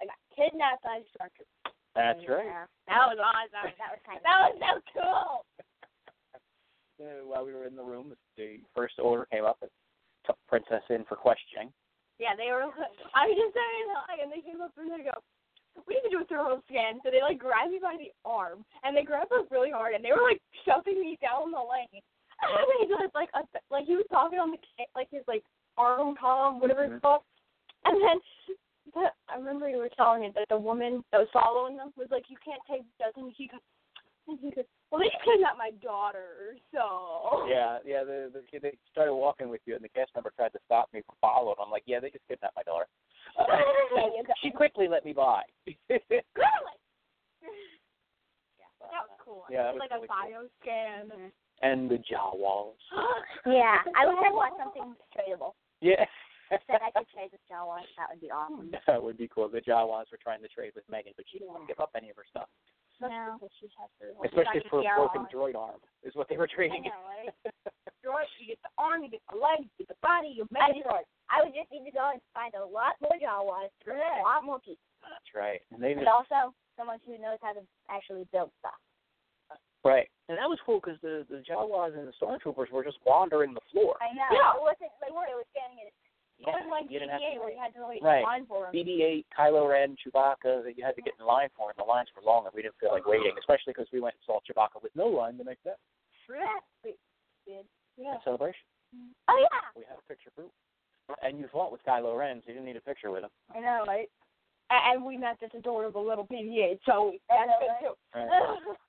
S3: I got kidnapped by a shark.
S1: That's right.
S2: Yeah.
S3: That was awesome.
S2: That was kind of.
S3: That was so cool.
S1: So while we were in the room, the First Order came up and took Princess in for questioning.
S3: Yeah, they were. I was just saying hi, and they came up and they go, "We need to do a thermal scan." So they like grabbed me by the arm, and they grabbed us really hard, and they were like shoving me down the lane. And they just like a, like he was talking on the ca- like his like arm com, whatever
S1: Mm-hmm.
S3: it's called, and then. The, I remember you were telling me that the woman that was following them was like, "You can't take doesn't he And he goes, well, these kids not my daughter, so.
S1: Yeah, yeah. The, the kid they started walking with you, and the cast member tried to stop me from following. I'm like, yeah, they just kidnapped my daughter. Uh,
S3: There you go.
S1: she quickly let me by.
S3: Really?
S1: Uh,
S3: That was cool.
S1: Yeah, that
S3: It's
S1: was
S3: like
S1: really
S3: a bio scan.
S1: Mm-hmm. and the Jawas.
S2: Yeah, I wish I bought something tradable
S1: Yeah.
S2: that I could trade with Jawas. That would be awesome.
S1: that would be cool. The Jawas were trying to trade with Megan, but she didn't want to give up any of her stuff,
S2: No.
S3: Because she has her-
S1: Hmm, especially
S3: Dr.
S1: for a
S3: Ciara
S1: broken
S3: on.
S1: droid arm, is what they were
S3: I
S1: trading.
S3: know, right? Droid, you get the arm, you get the leg, you get the body, you
S2: I just,
S3: make it.
S2: I would just need to go and find a lot more Jawas for a lot more people,
S1: That's right. And they
S2: but also someone who knows how to actually build stuff.
S1: right. And that was cool because the the Jawas and the stormtroopers were just wandering the floor.
S2: I know.
S3: Yeah.
S2: It wasn't like they were standing at
S1: Yeah,
S3: It was like
S1: you didn't have
S3: GTA
S1: to
S3: where you had to wait
S1: Right.
S3: in line for 'em.
S1: BB-8, Kylo Ren, Chewbacca that you had to get in line for, and the lines were long, and we didn't feel like waiting, especially because we went and saw Chewbacca with no line the next day.
S3: Yeah.
S1: at Celebration.
S2: Oh yeah.
S1: We had a picture group. And you fought with Kylo Ren, so you didn't need a picture with him.
S3: I know, right? A- And we met this adorable little BB-8, so that's good too.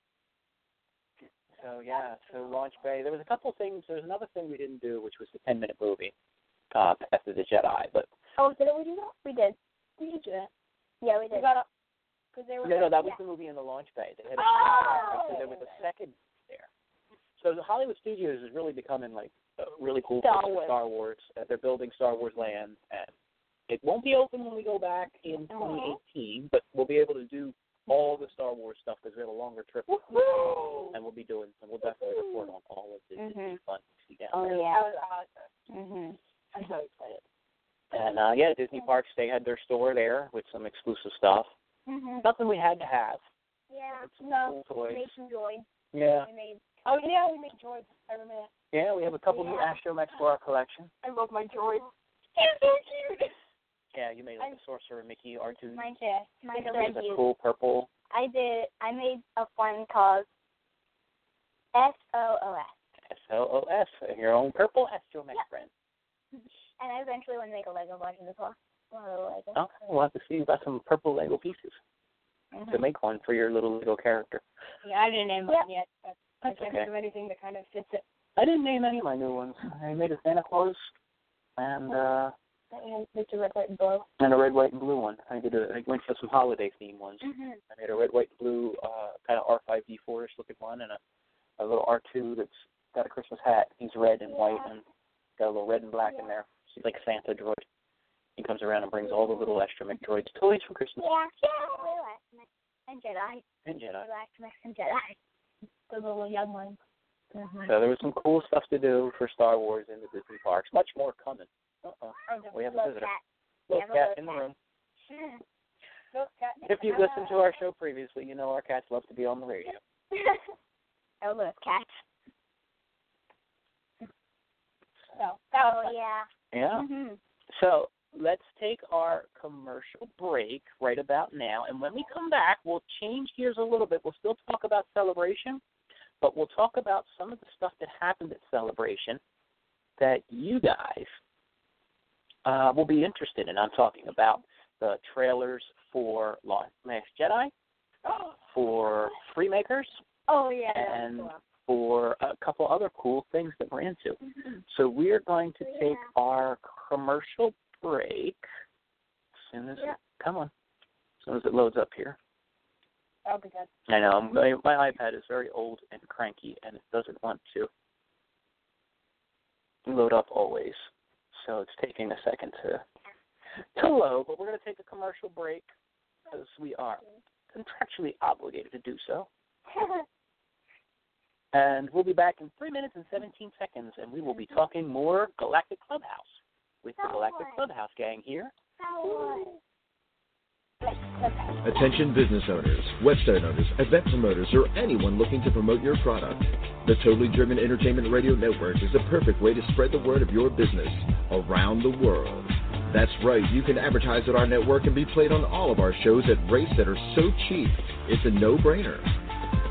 S1: So yeah, so Launch Bay. There was a couple things. There was another thing we didn't do, which was the 10-minute movie, uh, Path of the Jedi. But
S2: Oh, did we do that? We did.
S3: We did do that.
S2: Yeah, we
S3: We
S2: did.
S3: got up because they were.
S1: no, no, that was the movie in the Launch Bay. They had a
S3: Oh!
S1: so there was a second there. So the Hollywood Studios is really becoming like a really cool
S3: Star
S1: place for
S3: Wars.
S1: Star Wars. Uh, they're building Star Wars Land, and it won't be open when we go back in
S3: Mhm.
S1: 2018, but we'll be able to do all the Star Wars stuff because we have a longer trip,
S3: Woohoo!
S1: and we'll be doing. And we'll definitely report on all of this. It'll be
S2: Mhm.
S1: fun to see down
S2: Oh
S1: there.
S2: yeah.
S3: That was awesome.
S1: Oh.
S2: Mhm.
S1: Mm-hmm.
S3: I'm so excited.
S1: And uh, yeah, Disney Parks they had their store there with some exclusive stuff.
S2: Mhm.
S1: Nothing we had to have.
S2: Yeah.
S1: Some
S3: No.
S1: cool toys.
S2: Made some droids.
S1: Yeah,
S2: We made
S3: Oh yeah, we made droids. I remember that.
S1: yeah. We have a couple new
S2: Yeah.
S1: Astromechs for our collection.
S3: I love my droids. They're so cute.
S1: Yeah, you made like
S2: I'm-
S1: a Sorcerer Mickey R2.
S2: mine too. Mine
S1: It
S2: too.
S1: was a cool purple.
S2: I did. I made a one called S O O S,
S1: S O O S, your own purple astromech
S2: Yeah.
S1: friend.
S2: and I eventually want to make a Lego version as well. One of the Lego.
S1: Okay, we'll have to see. You got some purple Lego pieces
S2: Mm-hmm.
S1: to
S2: Hmm.
S1: make one for your little Lego character.
S3: Yeah, I didn't name
S2: mine
S3: yet, but
S1: That's
S3: I can't
S1: okay.
S3: think of anything that kind of fits it.
S1: I didn't name any of my new ones. I made a Santa Claus and uh
S3: And Mr. Red, White, and Blue.
S1: and a red, white, and blue one. I did a I went for some holiday theme ones.
S2: Mhm.
S1: I made a red, white, and blue uh kind of R five D four ish looking one and a, a little R two that's got a Christmas hat. He's red and white and got a little red and black in there. He's like Santa droid. He comes around and brings all the little astromech droids toys for Christmas
S2: Yeah. Yeah. Lego Astromech and Jedi.
S1: and Jedi.
S2: Lego Astromech and Jedi.
S3: The little young one.
S2: Mm-hmm.
S1: So there was some cool stuff to do for Star Wars in the Disney parks. Much more coming. Uh-oh. We have a
S2: Love
S1: visitor.
S2: that.
S1: Little
S2: have a
S1: cat
S2: little
S1: in the
S2: cat.
S1: room.
S3: Those cats.
S1: If you've listened to our show previously, you know our cats love to be on the radio.
S2: oh, little cat.
S3: So that was
S2: Oh yeah.
S1: Yeah.
S2: Mhm.
S1: So let's take our commercial break right about now. And when we come back, we'll change gears a little bit. We'll still talk about celebration, but we'll talk about some of the stuff that happened at celebration that you guys uh, will be interested in. I'm talking about the trailers for La- Last Jedi, for Freemakers,
S3: Oh yeah. that was
S1: and
S3: cool.
S1: for a couple other cool things that we're into.
S3: Mm-hmm.
S1: So we are going to take our commercial break. As soon as
S3: Yeah.
S1: come on, as soon as it loads up here.
S3: That'll be good.
S1: I know I'm, my, my iPad is very old and cranky, and it doesn't want to load up always. So it's taking a second to to load. But we're going to take a commercial break because we are contractually obligated to do so. And we'll be back in 3 minutes and 17 seconds, and we will be talking more Galactic Clubhouse with the Galactic Clubhouse gang here.
S4: Attention business owners, website owners, event promoters, or anyone looking to promote your product. The Totally Driven Entertainment Radio Network is the perfect way to spread the word of your business around the world. That's right, you can advertise at our network and be played on all of our shows at rates that are so cheap, it's a no brainer.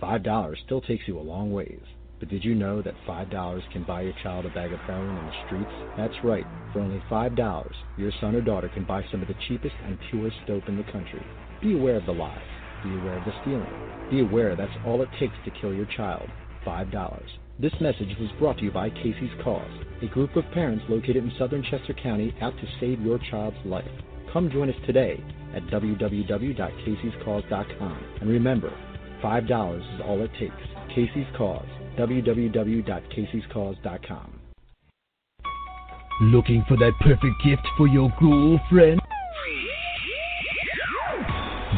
S5: $5 still takes you a long ways. But did you know that $5 can buy your child a bag of heroin in the streets? That's right. For only $5, your son or daughter can buy some of the cheapest and purest dope in the country. Be aware of the lies. Be aware of the stealing. Be aware that's all it takes to kill your child. $5. This message was brought to you by Casey's Cause, a group of parents located in southern Chester County out to save your child's life. Come join us today at www.caseyscause.com. And remember, $5 is all it takes. Casey's Cause. www.caseyscause.com.
S6: Looking for that perfect gift for your girlfriend?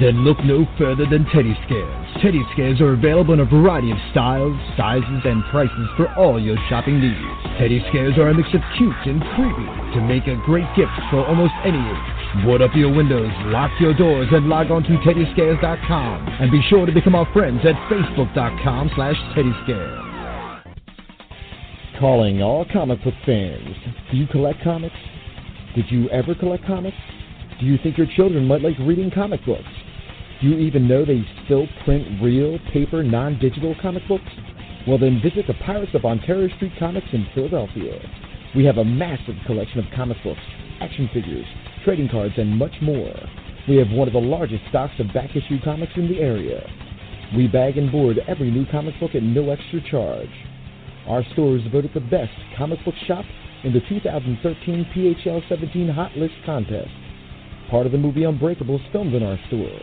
S6: Then look no further than Teddy Scares. Teddy Scares are available in a variety of styles, sizes, and prices for all your shopping needs. Teddy Scares are a mix of cute and creepy to make a great gift for almost any age. Board up your windows, lock your doors, and log on to teddyscares.com. And be sure to become our friends at facebook.com slash teddyscares.
S5: Calling all comic book fans. Do you collect comics? Did you ever collect comics? Do you think your children might like reading comic books? Do you even know they still print real, paper, non digital comic books? Well, then visit the Pirates of Ontario Street Comics in Philadelphia. We have a massive collection of comic books, action figures, trading cards, and much more. We have one of the largest stocks of back issue comics in the area. We bag and board every new comic book at no extra charge. Our store is voted the best comic book shop in the 2013 PHL 17 Hot List contest. Part of the movie Unbreakable is filmed in our store.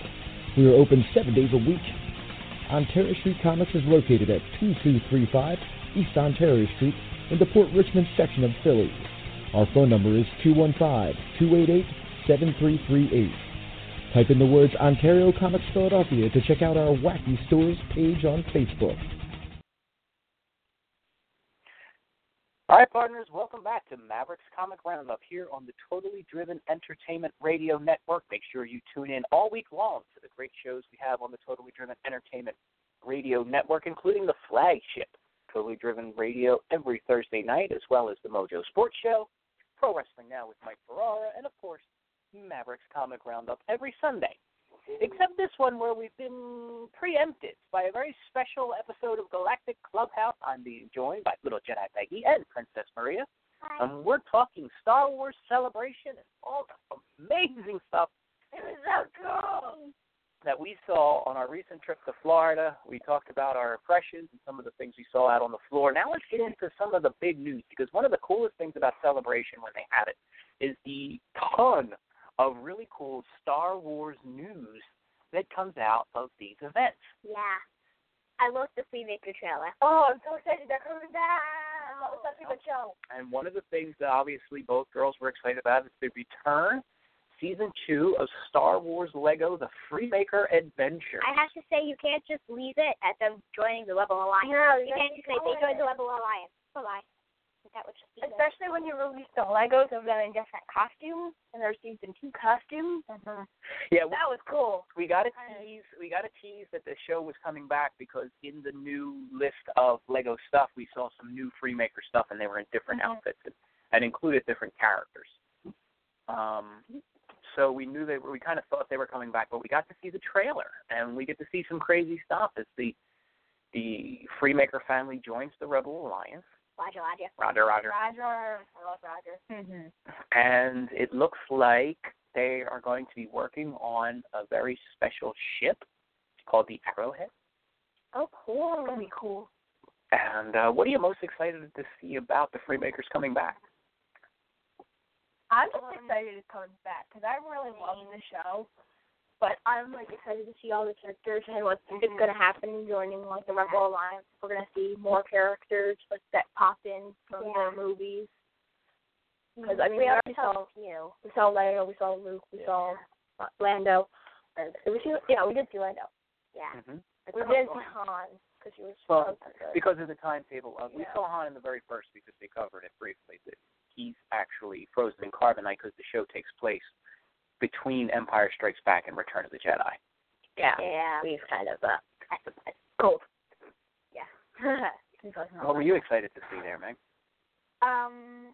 S5: We are open seven days a week. Ontario Street Comics is located at 2235 East Ontario Street in the Port Richmond section of Philly. Our phone number is 215-288-7338. Type in the words Ontario Comics Philadelphia to check out our Wacky Stores page on Facebook.
S1: All right, partners, welcome back to Mavericks Comic Roundup here on the Totally Driven Entertainment Radio Network. Make sure you tune in all week long to the great shows we have on the Totally Driven Entertainment Radio Network, including the flagship Totally Driven Radio every Thursday night, as well as the Mojo Sports Show, Pro Wrestling Now with Mike Ferrara, and of course, Mavericks Comic Roundup every Sunday. Except this one where we've been preempted by a very special episode of Galactic Clubhouse. I'm being joined by Little Jedi Peggy and Princess Maria. Hi. And we're talking Star Wars Celebration and all the amazing stuff. It was so cool. That we saw on our recent trip to Florida. We talked about our impressions and some of the things we saw out on the floor. Now let's get into some of the big news because one of the coolest things about Celebration when they have it is the ton of really cool Star Wars news that comes out of these events.
S2: Yeah. I love the Freemaker trailer.
S3: Oh, I'm so excited they're coming back. That was such a good show.
S1: And one of the things that obviously both girls were excited about is the return season two of Star Wars Lego The Freemaker Adventure.
S2: I have to say you can't just leave it at them joining the Rebel Alliance.
S3: No,
S2: you, you can't just say they joined the Rebel Alliance. Bye bye.
S3: Especially when you release the Legos of them in different costumes, and they're season two costumes. Mm-hmm.
S1: Yeah,
S3: that was cool.
S1: We got a tease. We got a tease that the show was coming back because in the new list of Lego stuff, we saw some new Freemaker stuff, and they were in different mm-hmm. outfits and, and included different characters. Um, so we knew they were. We kind of thought they were coming back, but we got to see the trailer, and we get to see some crazy stuff as the the Freemaker family joins the Rebel Alliance.
S2: Roger, Roger.
S1: Roger, Roger.
S3: Roger. I love Roger. Mm-hmm.
S1: And it looks like they are going to be working on a very special ship called the Arrowhead.
S2: Oh, cool.
S3: It's going to be cool.
S1: And uh, what are you most excited to see about the Freemakers coming back?
S2: Um,
S3: I'm just excited it's coming back because I really love the show. But I'm like excited to see all the characters and what's is gonna happen joining like the Rebel Alliance. We're gonna see more characters like that pop in from
S2: Yeah. Mm,
S3: more movies. Because I mean,
S2: we
S3: Mm-hmm.
S2: already
S3: we already
S2: saw
S3: saw
S2: a few.
S3: we saw Leia, we saw Luke, we saw uh, Lando. And did we see, yeah, we did see Lando.
S2: Yeah.
S1: hmm
S3: We didn't see Han because she was
S1: Well,
S3: so good.
S1: Because of the timetable, of, we
S3: Yeah.
S1: saw Han in the very first because they covered it briefly. That he's actually frozen in carbonite because the show takes place between Empire Strikes Back and Return of the Jedi.
S3: yeah,
S2: Yeah.
S3: we've kind of uh, cold.
S2: Yeah.
S1: What were you excited to see there, Meg?
S2: Um,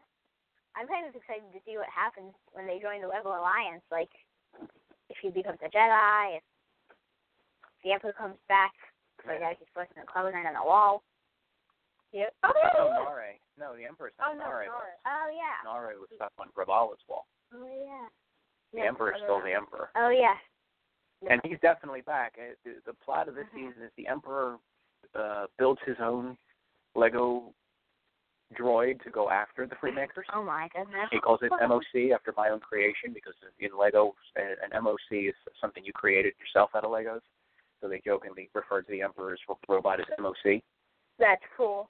S2: I'm kind of excited to see what happens when they join the Rebel Alliance. Like, if he becomes a Jedi, if the Emperor comes back, or that he's forcing the clothing on the wall.
S3: Yep.
S1: Oh,
S3: Oh,
S1: Nare. No, the Emperor's
S3: oh
S1: not
S3: no,
S1: Nare.
S3: Nora.
S2: Oh yeah.
S1: Nare was stuck on Gravala's wall.
S2: Oh yeah.
S1: The
S3: Yeah,
S1: Emperor's
S3: I
S1: still
S3: don't
S1: the Emperor.
S2: Oh yeah.
S1: And he's definitely back. Uh, The, the plot of this season is the Emperor uh, builds his own Lego droid to go after the Freemakers.
S2: Oh my goodness.
S1: He calls it MOC after my own creation because in Lego, an an MOC is something you created yourself out of Legos. So they jokingly refer to the Emperor's robot as MOC.
S3: That's cool.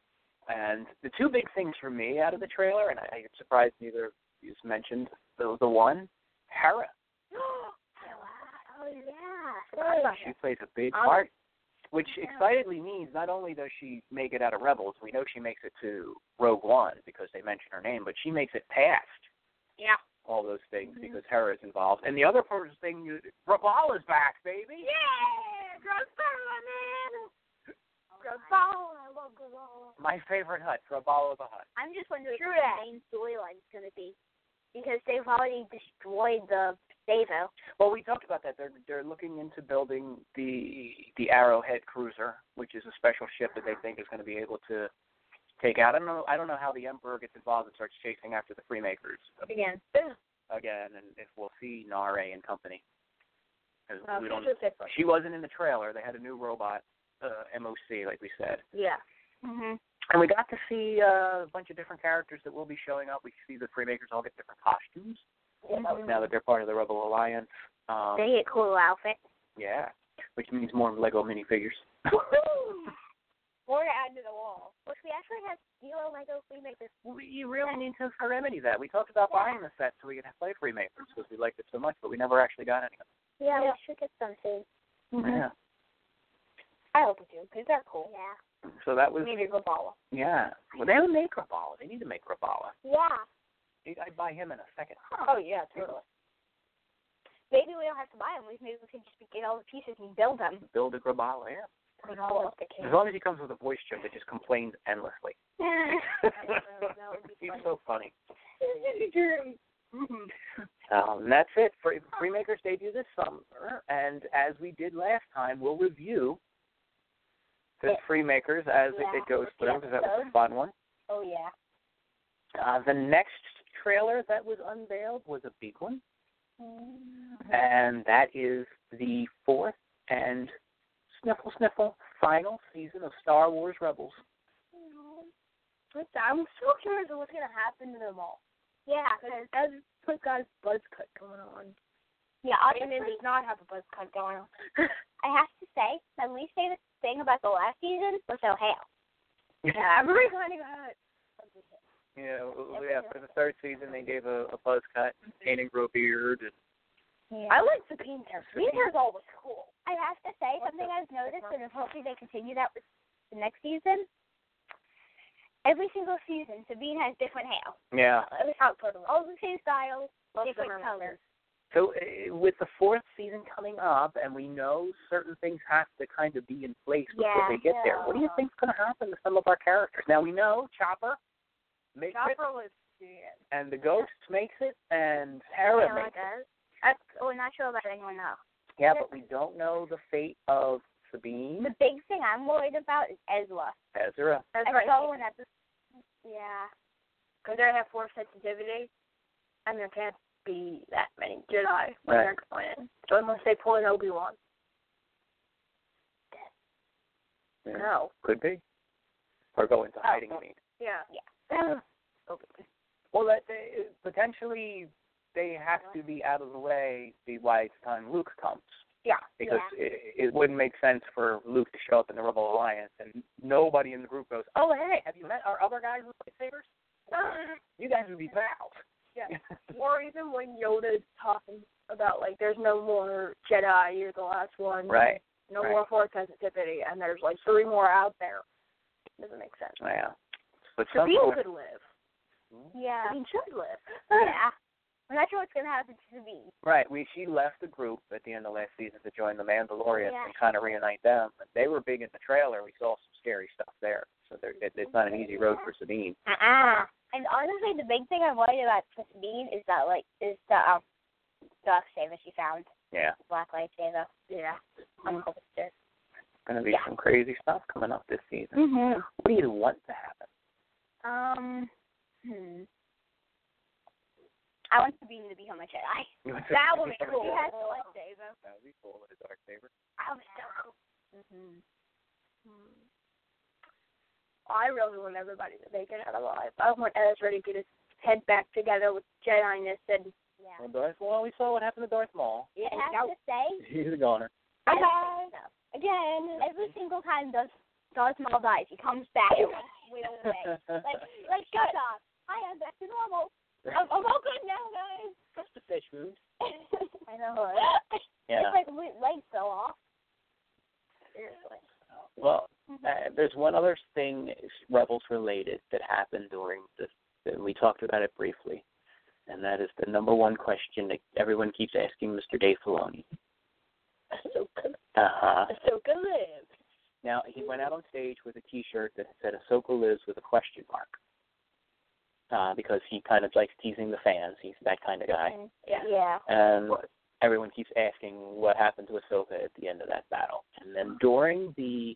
S1: And the two big things for me out of the trailer, and I, I'm surprised neither of you mentioned the, the one, Hera.
S2: Oh yeah.
S1: I thought she plays a big
S3: Awesome.
S1: part, which excitedly means not only does she make it out of Rebels, we know she makes it to Rogue One because they mention her name, but she makes it past
S3: Yeah.
S1: all those things because Hera is involved. And the other person thing, you- Raval is back, baby.
S3: Yeah, Grossola, man. Grossola, I love Grossola.
S1: My favorite hut, Raval of the Hut.
S2: I'm just wondering what
S3: True
S2: the
S3: that.
S2: main storyline's gonna be, because they've already destroyed the Devo.
S1: Well, we talked about that. They're they're looking into building the the Arrowhead cruiser, which is a special ship that they think is going to be able to take out. I don't know. I don't know how the Emperor gets involved and starts chasing after the Freemakers
S3: Again.
S1: again, and if we'll see Nare and company. 'Cause
S3: Well,
S1: we don't,
S3: she's just a-
S1: she wasn't in the trailer. They had a new robot, uh, MOC, like we said.
S3: Yeah.
S2: Mhm.
S1: And we got to see uh, a bunch of different characters that will be showing up. We see the Freemakers all get different costumes
S2: Mm-hmm.
S1: now that they're part of the Rebel Alliance. Um,
S2: They get cool outfits.
S1: yeah, which means more Lego minifigures.
S3: Or to add to the wall.
S2: Which we actually have zero Lego Freemakers.
S1: we you really need to remedy that. We talked about buying the set so we could play Freemakers because we liked it so much, but we never actually got any of
S2: Yeah,
S3: Yeah.
S2: we should get some soon.
S1: them. Yeah.
S3: I hope we do, because they're cool.
S2: Yeah.
S1: So that was
S3: Maybe Grossola.
S1: yeah. Well, they don't make Rabala. They need to make Rabala.
S2: Yeah.
S1: I'd buy him in a second.
S3: Oh, yeah, totally.
S2: Maybe we don't have to buy them. Maybe we can just get all the pieces and build them.
S1: Build a Grabala, yeah.
S3: Grossola's the king.
S1: As long as he comes with a voice chip that just complains endlessly.
S2: that would be
S1: He's
S2: funny.
S1: so funny.
S3: Mhm.
S1: Um, and that's it. Free, Freemakers debut this summer, and as we did last time, we'll review the
S3: Yeah.
S1: Freemakers as
S3: Yeah.
S1: it, it goes through, because that was a
S3: Yeah.
S1: fun one.
S3: Oh, yeah.
S1: Uh, the next trailer that was unveiled was a big one, and that is the fourth and sniffle sniffle final season of Star Wars Rebels.
S3: What's that? I'm so curious of what's going to happen to them all.
S2: Yeah,
S3: Because that's put guys' buzz cut going on.
S2: yeah.
S3: And then
S2: Honestly,
S3: does not have a buzz cut going on.
S2: I have to say, my least favorite thing about the last season was O'Hale.
S3: Yeah, everybody kind of got.
S1: You know, yeah, for the third season they gave a, a buzz cut,
S3: Mm-hmm.
S1: paint and grow beard, and
S3: I like Sabine Hair. Sabine Hair's always cool.
S2: I have to say
S3: What
S2: something
S3: the-
S2: I've noticed,
S3: not-
S2: and hopefully they continue that with the next season. Every single season, Sabine has different hair,
S1: yeah.
S3: Out totally.
S2: all the same style,
S3: Most of them
S2: different
S3: are
S2: colors.
S1: So uh, with the fourth season coming up, and we know certain things have to kind of be in place before
S2: Yeah.
S1: they get there. What do you think's going to happen to some of our characters? Now we know Chopper makes it,
S3: Chopper was yeah.
S1: and the Ghost makes it, and Hera
S2: Sarah
S1: makes it.
S2: does. I, we're not sure about anyone else.
S1: Yeah, but we don't know the fate of Sabine,
S2: The big thing I'm worried about is Ezra.
S1: Ezra.
S3: That's
S2: I
S3: right.
S2: saw one episode. Yeah.
S3: Because they have force sensitivity, and there can't be that many Jedi when
S1: Right.
S3: they're going in. So unless they pull an Obi Wan,
S1: Yeah,
S3: no.
S1: Could be. Or go into
S3: Oh.
S1: hiding. I mean.
S3: Yeah.
S2: Yeah.
S3: Obi.
S1: Well, that uh, potentially they have to be out of the way by the time Luke comes.
S2: Yeah.
S1: Because it, it wouldn't make sense for Luke to show up in the Rebel Alliance, and nobody in the group goes, "Oh, hey, have you met our other guys with lightsabers? Uh, you guys would be pals."
S3: Yeah. Um, or even when Yoda is talking about like there's no more Jedi, you're the last one.
S1: Right.
S3: No
S1: right.
S3: more force sensitivity and there's like three more out there. Doesn't make sense.
S1: Yeah. But
S3: So
S1: some
S3: people
S1: people-
S3: could live.
S2: Yeah.
S3: I mean should live.
S2: Yeah. I'm not sure what's gonna happen to the bee.
S1: Right. We she left the group at the end of last season to join the Mandalorians
S2: Yeah.
S1: and kind of reunite them. But they were big in the trailer. We saw some scary stuff there. So there, it, it's not an easy road for Sabine.
S2: Uh-uh. And honestly, the big thing I'm worried about for Sabine is that like is the um dark saber she found,
S1: Yeah.
S2: black lightsaber. Yeah. I'm hoping to.
S1: Going to be
S2: Yeah.
S1: some crazy stuff coming up this season.
S2: Mhm.
S1: What do you want to happen?
S2: Um. Hmm. I want Sabine to become a Jedi.
S1: You want
S2: That
S1: Sabine to
S2: would
S1: become a
S2: be cool. She
S1: Jedi?
S2: has
S3: Oh.
S2: the lightsaber.
S1: That would be cool with a dark saber.
S2: That would be so cool.
S3: Mm-hmm. Hmm. I really want everybody to make it out alive. I want Ezra to get his head back together with Jedi-ness and
S2: Yeah.
S1: Well, Darth, well, we saw what happened to Darth Maul.
S2: It
S3: and
S2: has
S3: now-
S2: to say
S1: He's a goner.
S2: Bye-bye.
S3: again.
S2: every single time Darth Darth Maul dies, he comes back and like wheels away. Like, like shut up. I am back to normal. I'm, I'm all good now, guys.
S1: That's the fish food.
S2: I know. Right?
S1: Yeah.
S2: It's like we- legs fell off. Seriously.
S1: Well,
S2: mm-hmm.
S1: uh, there's one other thing Rebels related that happened during this. that We talked about it briefly, and that is the number one question that everyone keeps asking Mr. Dave Filoni.
S3: Ahsoka,
S1: Uh huh.
S3: Ahsoka lives.
S1: Now he went out on stage with a T-shirt that said "Ahsoka lives" with a question mark, uh, because he kind of likes teasing the fans. He's that kind of guy,
S3: Yeah.
S2: Yeah.
S1: and Um, everyone keeps asking what happened to Ahsoka at the end of that battle. And then during the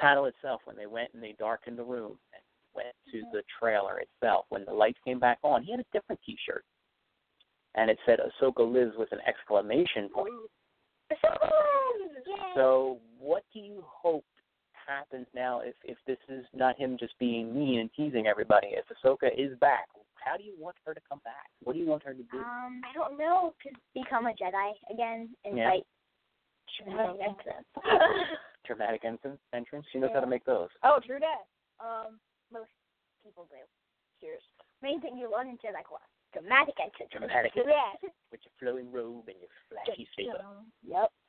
S1: battle itself, when they went and they darkened the room and went to the trailer itself, when the lights came back on, he had a different T-shirt, and it said "Ahsoka lives" with an exclamation point.
S2: Ahsoka lives! Yay!
S1: So, what do you hope happens now if if this is not him just being mean and teasing everybody? If Ahsoka is back, how do you want her to come back? What do you want her to do?
S2: um, I don't know. Could become a Jedi again and
S1: Yeah.
S2: fight. Should we go against them?
S1: Dramatic entrance. entrance? She knows how to make those.
S3: Oh, true that. Um,
S2: People do.
S3: cheers.
S2: Main thing you learn in Jedi class: dramatic entrance.
S1: Dramatic
S2: Yeah.
S1: with your flowing robe and your flashy saber.
S2: Yep.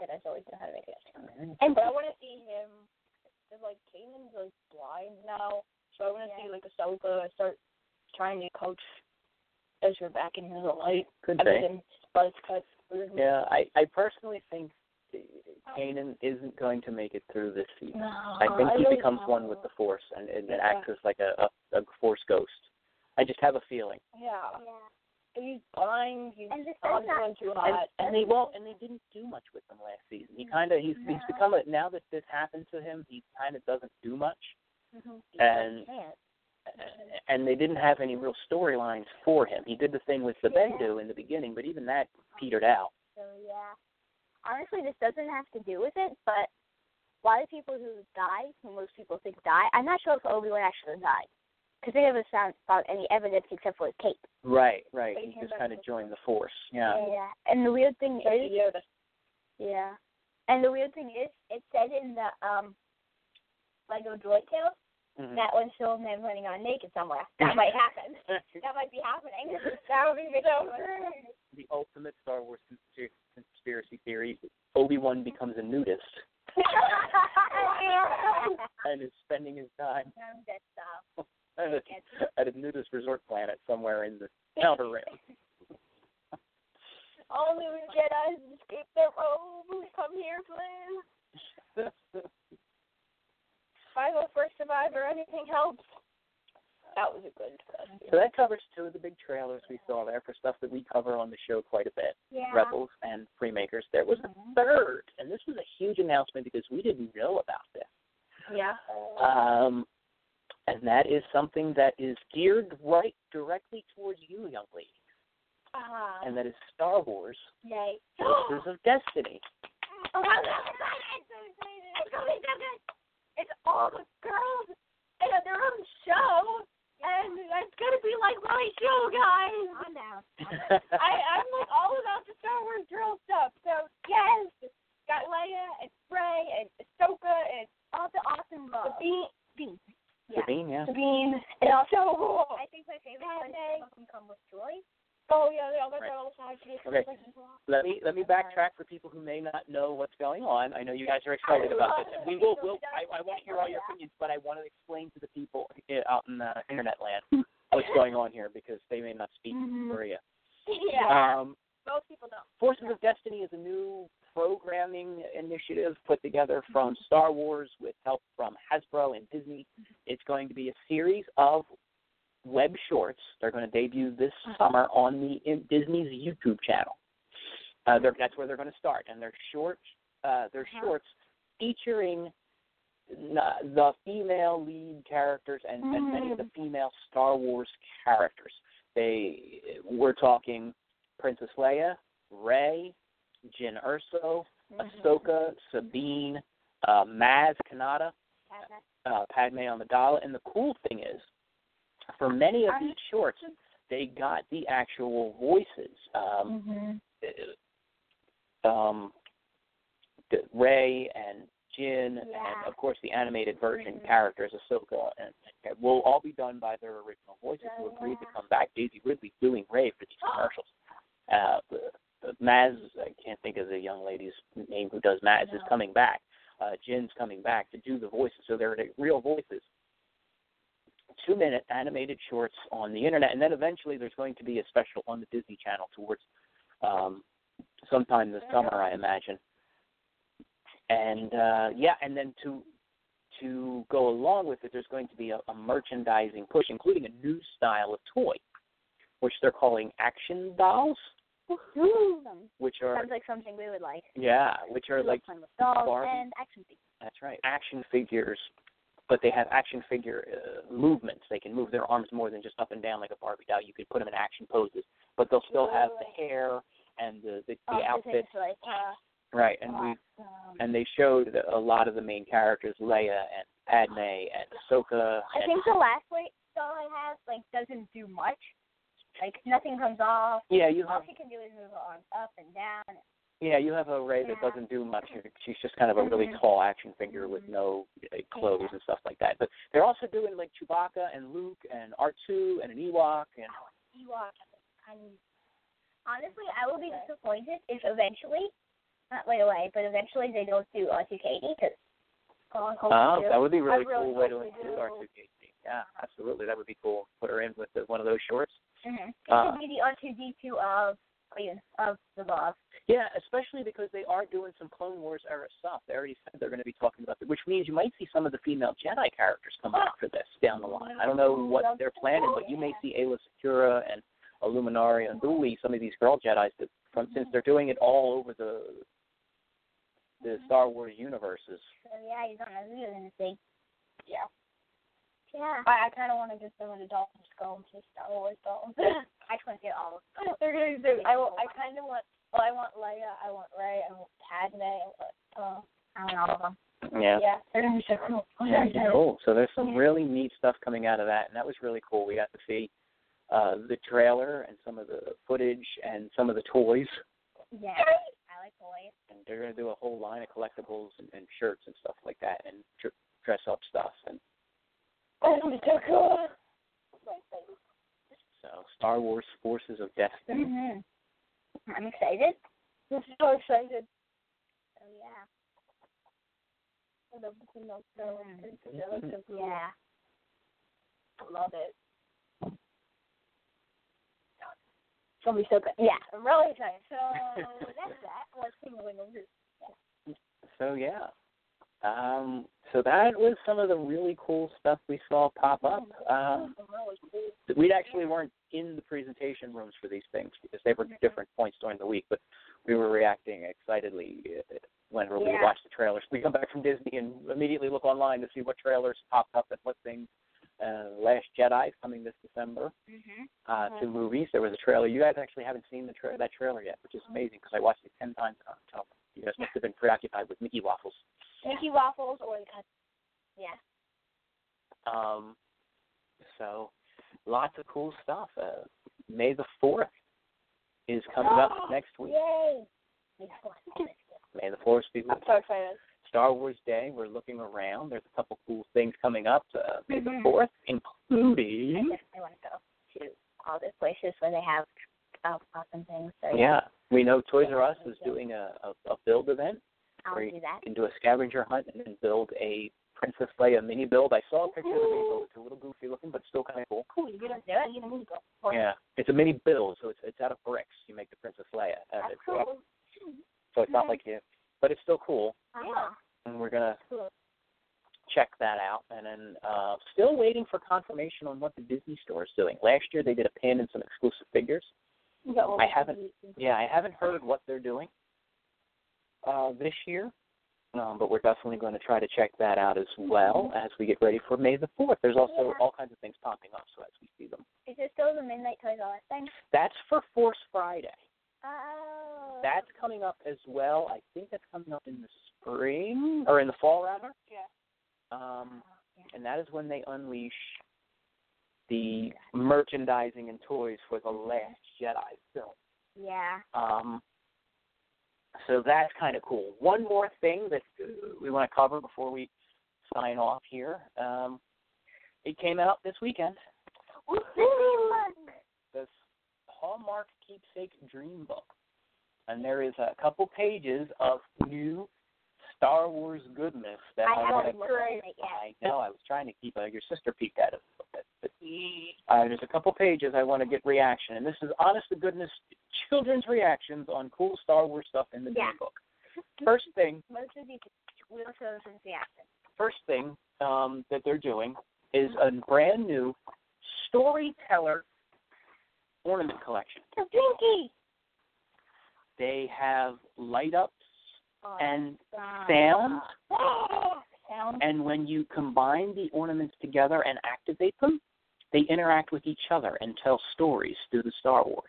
S2: Jedi's always know how to make it.
S3: And but I want to see him. Cause like Kanan's like blind now, so I want to
S2: Yeah.
S3: see like Ahsoka start trying to coach Ezra back into the light.
S1: Could
S3: Other
S1: they?
S3: than buzz cuts.
S1: Yeah, I I personally think uh, Kanan isn't going to make it through this season. I think he becomes one with the Force and, and
S3: Yeah.
S1: acts as like a, a a Force ghost. I just have a feeling.
S3: Yeah,
S2: Yeah.
S3: he's blind. He's
S2: And this is
S3: on
S2: not-
S3: too
S1: and,
S3: hot.
S1: and they well, and they didn't do much with him last season. He kind of he's
S3: Mm-hmm.
S1: he's become a now that this happened to him, he kind of doesn't do much,
S3: Mm-hmm.
S1: and and they didn't have any real storylines for him. He did the thing with the Bendu in the beginning, but even that petered out.
S2: So yeah. Honestly, this doesn't have to do with it, but a lot of people who die, who most people think die, I'm not sure if Obi Wan actually died because they never found, found any evidence except for his cape.
S1: Right, right.
S3: But he
S1: He
S3: came
S1: just
S3: back
S1: kind
S3: to
S1: of
S3: the
S1: joined the Force. Yeah.
S2: Yeah. And the weird thing is,
S3: Yeah, that's-
S2: yeah. And the weird thing is, it said in the um Lego Droid Tales
S1: Mhm.
S2: that one showed him running on naked somewhere. That might happen. That might be happening. that would be so
S1: the ultimate Star Wars conspir- conspiracy theory: Obi Wan becomes a nudist and is spending his time
S2: That stuff.
S1: at a, at a nudist resort planet somewhere in the outer rim.
S3: All new Jedi's escape their robe. Come here, please. Five oh first survivor. Anything helps. That was a good question.
S1: So that covers two of the big trailers we saw there for stuff that we cover on the show quite a bit
S2: Yeah.
S1: Rebels and Freemakers. There was a third, and this was a huge announcement because we didn't know about this.
S3: Yeah.
S1: Um, and that is something that is geared right directly towards you, young lady,
S3: Uh-huh.
S2: Ah.
S1: and that is Star Wars
S2: Yay.
S1: Forces of Destiny.
S2: Oh, I'm so excited! So excited! It's gonna be so good. It's all the girls in their own show, and it's gonna be like
S3: really cool, guys.
S2: Calm down.
S3: I, I'm like all about the Star Wars girl stuff. So yes, got Leia and Rey and Ahsoka and all the awesome
S2: Love.
S3: Sabine, Bean,
S2: Yeah.
S1: Sabine, yeah.
S3: Sabine, and also
S2: I think my favorite one
S3: Padme.
S2: fucking come with Julie.
S3: oh yeah, they all got
S1: Right.
S3: their little side chicks.
S1: Okay.
S3: Like,
S1: Let me let me backtrack for people who may not know what's going on. I know you guys are excited about this. We will. will I, I want to hear all your opinions, but I want to explain to the people i- out in the internet land what's going on here because they may not speak Korea.
S3: yeah,
S1: Um,
S3: most people don't.
S1: Forces of Destiny is a new programming initiative put together from Star Wars with help from Hasbro and Disney. It's going to be a series of web shorts. They're going to debut this summer on the in Disney's YouTube channel. Uh, they're, that's where they're going to start, and they're short. Uh, they're shorts featuring n- uh, the female lead characters and, and many of the female Star Wars characters. They we're talking Princess Leia, Ray, Jin Urso,
S2: Mm-hmm.
S1: Ahsoka, Sabine, uh, Maz Kanata,
S2: Padme.
S1: uh, Padme Amidala, and the cool thing is, for many of these shorts, they got the actual voices. Um, um, Ray and Jin,
S2: Yeah.
S1: and of course the animated version characters, Ahsoka, and and will all be done by their original voices who agreed to come back. Daisy Ridley doing Ray for these commercials. Uh, but Maz, I can't think of the young lady's name who does Maz, is coming back. Uh, Jin's coming back to do the voices, so they're the real voices. Two minute animated shorts on the internet, and then eventually there's going to be a special on the Disney Channel towards um, sometime this summer, I imagine. And uh, yeah, and then to to go along with it, there's going to be a, a merchandising push, including a new style of toy, which they're calling action dolls,
S2: Awesome.
S1: which are
S2: Sounds like something we would like.
S1: yeah, which are
S2: We love
S1: like
S2: fun with dolls
S1: Barbie.
S2: and action figures.
S1: That's right. Action figures, but they have action figure uh, movements. They can move their arms more than just up and down like a Barbie doll. You can put them in action poses, but they'll still have the hair and the the, the
S2: All the
S1: outfit.
S2: things like uh, um,
S1: Right, and we and they showed the, a lot of the main characters, Leia and Padme and Ahsoka.
S2: I
S1: and,
S2: think the last weight doll I have like doesn't do much. Like nothing comes off.
S1: yeah, you
S2: All
S1: have
S2: she can do is move her arms up and down.
S1: yeah you have a Ray that
S2: Yeah. Mm-hmm.
S1: doesn't do much. She's just kind of a really tall action figure with no uh, clothes and stuff like that. But they're also doing like Chewbacca and Luke and R2 and an Ewok and
S2: Ewok. I mean, honestly, I will be disappointed if eventually, not right away, but eventually they don't do R2KD because. Oh,
S1: Oh, that would be really,
S2: really
S1: cool way to
S2: hope they
S1: include
S2: do.
S1: R two D two. Yeah, absolutely. That would be cool. Put her in with the, one of those shorts.
S2: hmm It
S1: uh,
S2: could be the R2D2 of or even of the boss.
S1: Yeah, especially because they are doing some Clone Wars era stuff. They already said they're going to be talking about it, which means you might see some of the female Jedi characters come out for this down the line. I don't know what they're planning, but you may see Ayla Secura and Illuminari and Dooley, some of these girl Jedi's that from
S2: Mm-hmm.
S1: since they're doing it all over the the
S2: Mm-hmm.
S1: Star Wars universes.
S2: So yeah, you don't know who you're gonna see.
S3: Yeah.
S2: Yeah.
S3: I, I kind of want to just go an adult and just go and see Star Wars dolls.
S2: I just want to get all of them.
S3: They're gonna do. I will, I kind of want. Well, I want Leia. I want Ray. I want Padme. I want. Uh,
S2: I want all of them.
S1: Yeah.
S3: yeah, they're gonna be so cool.
S1: Oh,
S3: Oh,
S1: Yeah, cool. So there's some really neat stuff coming out of that, and that was really cool. We got to see uh, the trailer and some of the footage and some of the toys.
S2: Yeah. I like boys.
S1: And they're going to do a whole line of collectibles and, and shirts and stuff like that, and dr- dress up stuff. And
S3: That's gonna be so cool.
S1: so Star Wars Forces of Destiny.
S2: Mhm. I'm excited.
S3: I'm Mm-hmm. so excited.
S2: So yeah.
S3: I love the female Star Wars.
S2: Mhm.
S3: characters. They look so cool.
S2: Yeah.
S3: love it. It's gonna be so good.
S2: Yeah.
S3: I'm really excited. So that's that. Let's see what we're gonna do.
S1: So yeah. Um, so that was some of the really cool stuff we saw pop up. Um,
S3: I'm really cool.
S1: we actually weren't in the presentation rooms for these things because they were different points during the week, but we were reacting excitedly uh, when we
S2: Yeah.
S1: watched the trailers. We come back from Disney and immediately look online to see what trailers popped up and what things. Uh, Last Jedi is coming this December
S2: Mhm.
S1: uh, to movies. There was a trailer. You guys actually haven't seen the tra- that trailer yet, which is amazing because I watched it ten times on October. You guys must have been preoccupied with Mickey waffles.
S3: Mickey waffles or the cut.
S2: Yeah.
S1: Um, so lots of cool stuff. Uh, May the fourth is coming up next week.
S3: Yay! I'm
S1: May the fourth be with
S3: so excited.
S1: Star Wars Day. We're looking around. There's a couple cool things coming up uh, May the fourth,
S2: I
S1: including
S2: definitely want to go to all the places where they have uh, awesome things. So
S1: yeah. We know Toys R Us is doing a, a, a build event.
S2: I'll
S1: Great.
S2: do that.
S1: You can do a scavenger hunt and then build a Princess Leia mini build. I saw a picture of the mini build. It's a little goofy looking, but still kind of cool.
S3: Cool. You're gonna do it. You're gonna need to go.
S1: Yeah, it's a mini build, so it's it's out of bricks. You make the Princess Leia out of it,
S3: That's cool.
S1: so it's not like you, but it's still cool.
S2: Yeah.
S1: And we're gonna
S3: Cool.
S1: check that out. And then uh, still waiting for confirmation on what the Disney store is doing. Last year they did a pin and some exclusive figures.
S3: You got one
S1: I
S3: of
S1: haven't-
S3: these.
S1: Yeah, I haven't heard what they're doing uh, this year, um, but we're definitely going to try to check that out as well as we get ready for May the 4th. There's also all kinds of things popping up, so as we see them.
S2: Is there still the Midnight Toys R Us thing?
S1: That's for Force Friday.
S2: Oh.
S1: That's coming up as well. I think that's coming up in the spring or in the fall, rather.
S3: Yeah.
S1: Um,
S2: Uh,
S1: and that is when they unleash the merchandising and toys for the last Jedi film.
S2: Yeah.
S1: Um, so that's kind of cool. One more thing that uh, we want to cover before we sign off here. Um, it came out this weekend. This Hallmark Keepsake Dream Book. And there is a couple pages of new Star Wars goodness that
S2: I
S1: I, want
S2: haven't
S1: to
S2: looked at it yet.
S1: I know. I was trying to keep uh, your sister peeked at it a little bit. But, uh, there's a couple pages I want to get reaction, and this is honest to goodness children's reactions on cool Star Wars stuff in the
S2: Yeah.
S1: new book. First thing,
S2: Most of these will show us the action.
S1: first thing um, that they're doing is a brand new storyteller ornament collection.
S2: The Pinky.
S1: They have light ups
S2: Oh,
S1: and
S2: God.
S1: sounds,
S2: Sound.
S1: and when you combine the ornaments together and activate them, they interact with each other and tell stories through the Star Wars.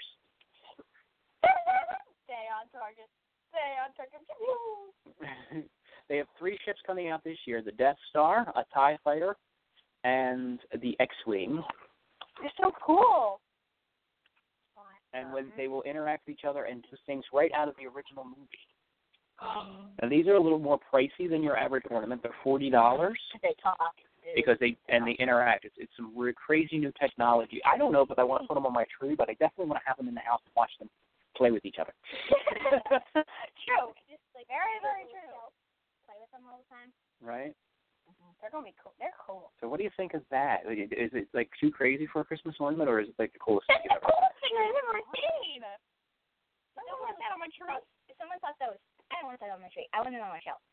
S3: Stay on target. Stay on target.
S1: they have three ships coming out this year: the Death Star, a Tie Fighter, and the X-wing.
S3: You're so cool.
S1: And when they will interact with each other and do things right out of the original movie. And these are a little more pricey than your average ornament. They're forty dollars
S3: They talk.
S1: because they and they interact. It's, it's some weird, crazy new technology. I don't know, but I want to put them on my tree. But I definitely want to have them in the house and watch them play with each other.
S3: True. Just like very, very true.
S2: Play with them all the time.
S1: right.
S3: They're gonna be cool. They're cool.
S1: So what do you think of that? Is it like too crazy for a Christmas ornament, or is it like the coolest thing you've
S3: That's the
S1: ever?
S3: coolest thing I've ever seen. I don't want that on my truck.
S2: If someone thought that was, I don't want that on my tree. I want it on my shelf.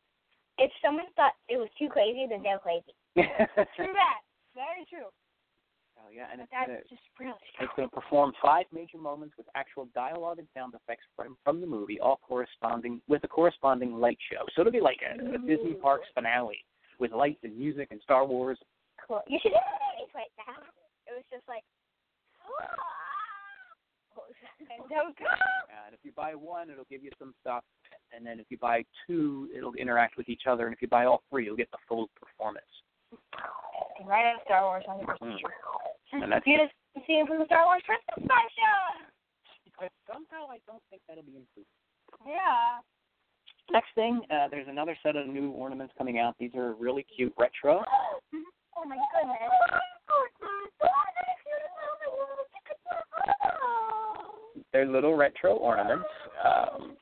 S2: If someone thought it was too crazy, then they're crazy.
S3: True that. Very true.
S1: Oh yeah, and
S3: But
S1: it's gonna,
S3: that's just really
S1: it's going to perform five major moments with actual dialogue and sound effects from from the movie, all corresponding with a corresponding light show. So it'll be like a, a Disney Parks finale with lights and music and Star Wars.
S2: Cool. You should have it right now. It was just like,
S3: And so good.
S1: And if you buy one, it'll give you some stuff, and then if you buy two, it'll interact with each other, and if you buy all three, you'll get the full performance.
S3: Right out of Star Wars on your
S1: Mm. And that's-
S3: It's beautiful to see him from the Star Wars Christmas special.
S1: But somehow I don't think that'll be included.
S3: Yeah.
S1: Next thing, uh, there's another set of new ornaments coming out. These are really cute retro.
S3: Oh my goodness.
S1: They're little retro ornaments. Um,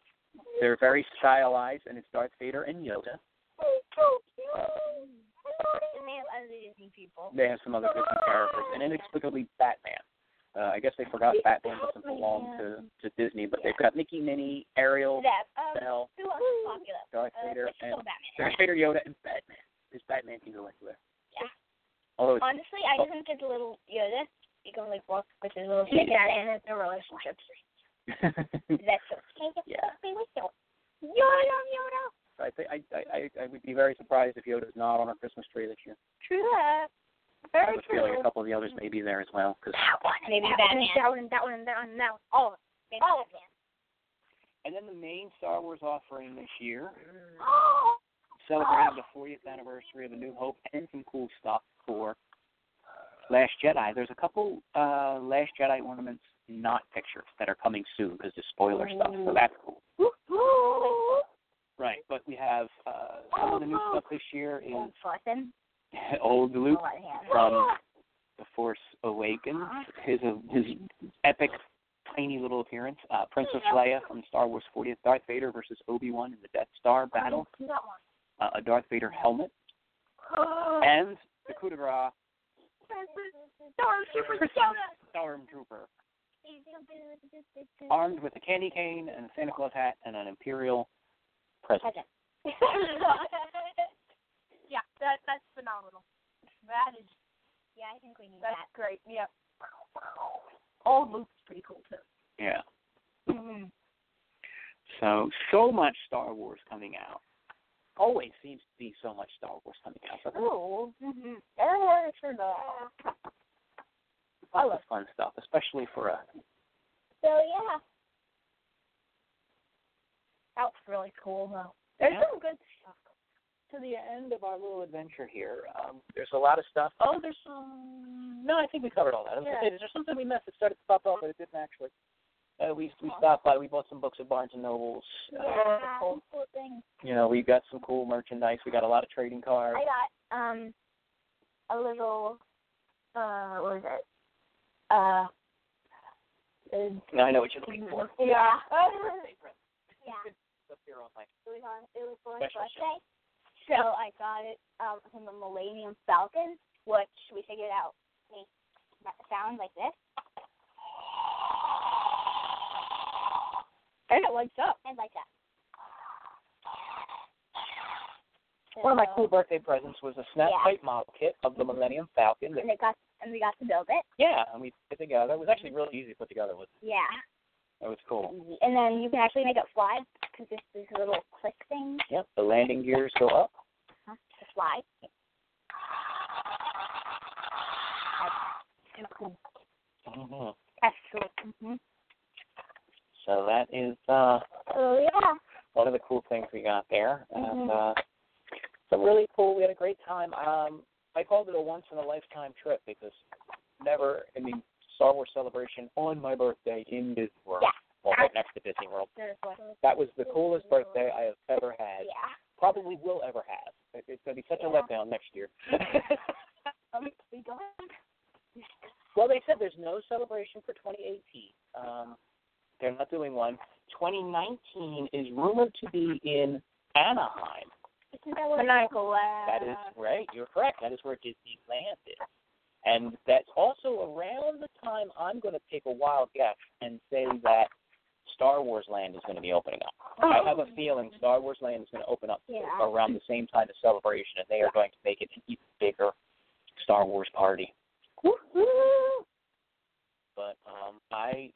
S1: they're very stylized, and it's Darth Vader and Yoda.
S2: and they have other Disney people.
S1: They have some other Disney characters, and inexplicably Batman. Uh, I guess they forgot Batman doesn't belong to, to Disney, but they've got Mickey, Minnie, Ariel,
S2: That's um,
S1: Belle,
S2: who else is popular?
S1: Darth
S2: Uh,
S1: Vader,
S2: it's
S1: and
S2: still Batman.
S1: Darth Vader, Yoda, and Batman. Because Batman can go anywhere.
S2: Yeah.
S1: Although it's
S2: Honestly, I just think it's a little Yoda. You can like walk with his little stick out and it's no relationships. That's okay.
S1: Yeah.
S2: Yoda, Yoda.
S1: I, think I, I I I would be very surprised if Yoda's not on our Christmas tree this year.
S2: True that.
S1: I would feel like a couple of the others may be there as well. 'cause-
S2: Maybe that one, that one, that one, and that one, that one. All of them. Maybe all of them.
S1: And then the main Star Wars offering this year
S2: Oh,
S1: celebrating the 40th anniversary of A New Hope and some cool stuff for Last Jedi. There's a couple uh, Last Jedi ornaments, not pictures, that are coming soon because there's spoiler stuff. So that's cool. Right, but we have uh, some of the new stuff this year is
S2: Old Fawson.
S1: old Luke
S2: Oh, yeah.
S1: from The Force Awakens. His his epic, tiny little appearance. Uh, Princess Leia from Star Wars 40th. Darth Vader versus Obi Wan in the Death Star battle. Uh, a Darth Vader helmet and the coup de grace stormtrooper armed with a candy cane and a Santa Claus hat and an imperial present.
S2: Present.
S3: yeah, that that's phenomenal. That is
S2: Yeah, I think we need
S3: that's
S2: that.
S3: great. Yep. Old Luke's pretty cool too.
S1: Yeah.
S2: Mm-hmm.
S1: So so much Star Wars coming out. Always seems to be so much Star Wars coming out. So there's
S3: Cool. Mm-hmm. Yeah, sure does.
S1: lots of fun stuff, especially for uh, us.
S2: So yeah,
S3: That was really cool though. There's
S1: Yeah.
S3: some good stuff.
S1: To the end of our little adventure here, um, there's a lot of stuff. Oh, there's some. No, I think we covered all that. I was gonna say, is there something we missed that started to pop up, but it didn't actually? Uh, we we stopped by. We bought some books at Barnes and Nobles. Uh,
S2: yeah, cool thing.
S1: you know, we got some cool merchandise. We got a lot of trading cards.
S2: I got um a little uh what was it uh the-
S1: I, I know what you're looking for.
S2: yeah yeah
S1: Up here on my-
S2: it was on it was for
S1: Special
S2: my birthday so I got it um from the Millennium Falcon which we figured out makes that sound like this
S3: And it lights up.
S2: and like that.
S1: One of my
S2: So-
S1: cool birthday presents was a snap
S2: Yeah.
S1: pipe model kit of the Millennium Falcon. That,
S2: and they got and we got to build it
S1: yeah, and we put together. It was actually really easy to put together. With
S2: yeah
S1: that was cool.
S2: and then you can actually make it fly because there's this little click thing
S1: Yep, the landing gears go up.
S2: to fly. That's so cool.
S1: Mhm.
S2: That's so cool.
S1: So that is uh,
S2: Oh yeah.
S1: one of the cool things we got there. And uh,
S2: Mhm.
S1: so really cool. We had a great time. Um, I called it a once in a lifetime trip because never, I mean, Star Wars celebration on my birthday in Disney World.
S2: Yeah.
S1: Well, right next to Disney World.
S2: There's one.
S1: That was the coolest birthday I have ever had.
S2: Yeah.
S1: Probably will ever have. It- It's going to be such a
S2: Yeah.
S1: letdown next year.
S2: Um, we go in.
S1: well, they said there's no celebration for 2018. Um, they're not doing one. 2019 is rumored to be in Anaheim.
S2: Isn't that what it's called?
S1: That is right. You're correct. That is where Disneyland is. And that's also around the time I'm going to take a wild guess and say that Star Wars Land is going to be opening up. I have a feeling Star Wars Land is going to open up
S2: Oh. Yeah.
S1: around the same time as Celebration, and they are going to make it an even bigger Star Wars party. But um, I,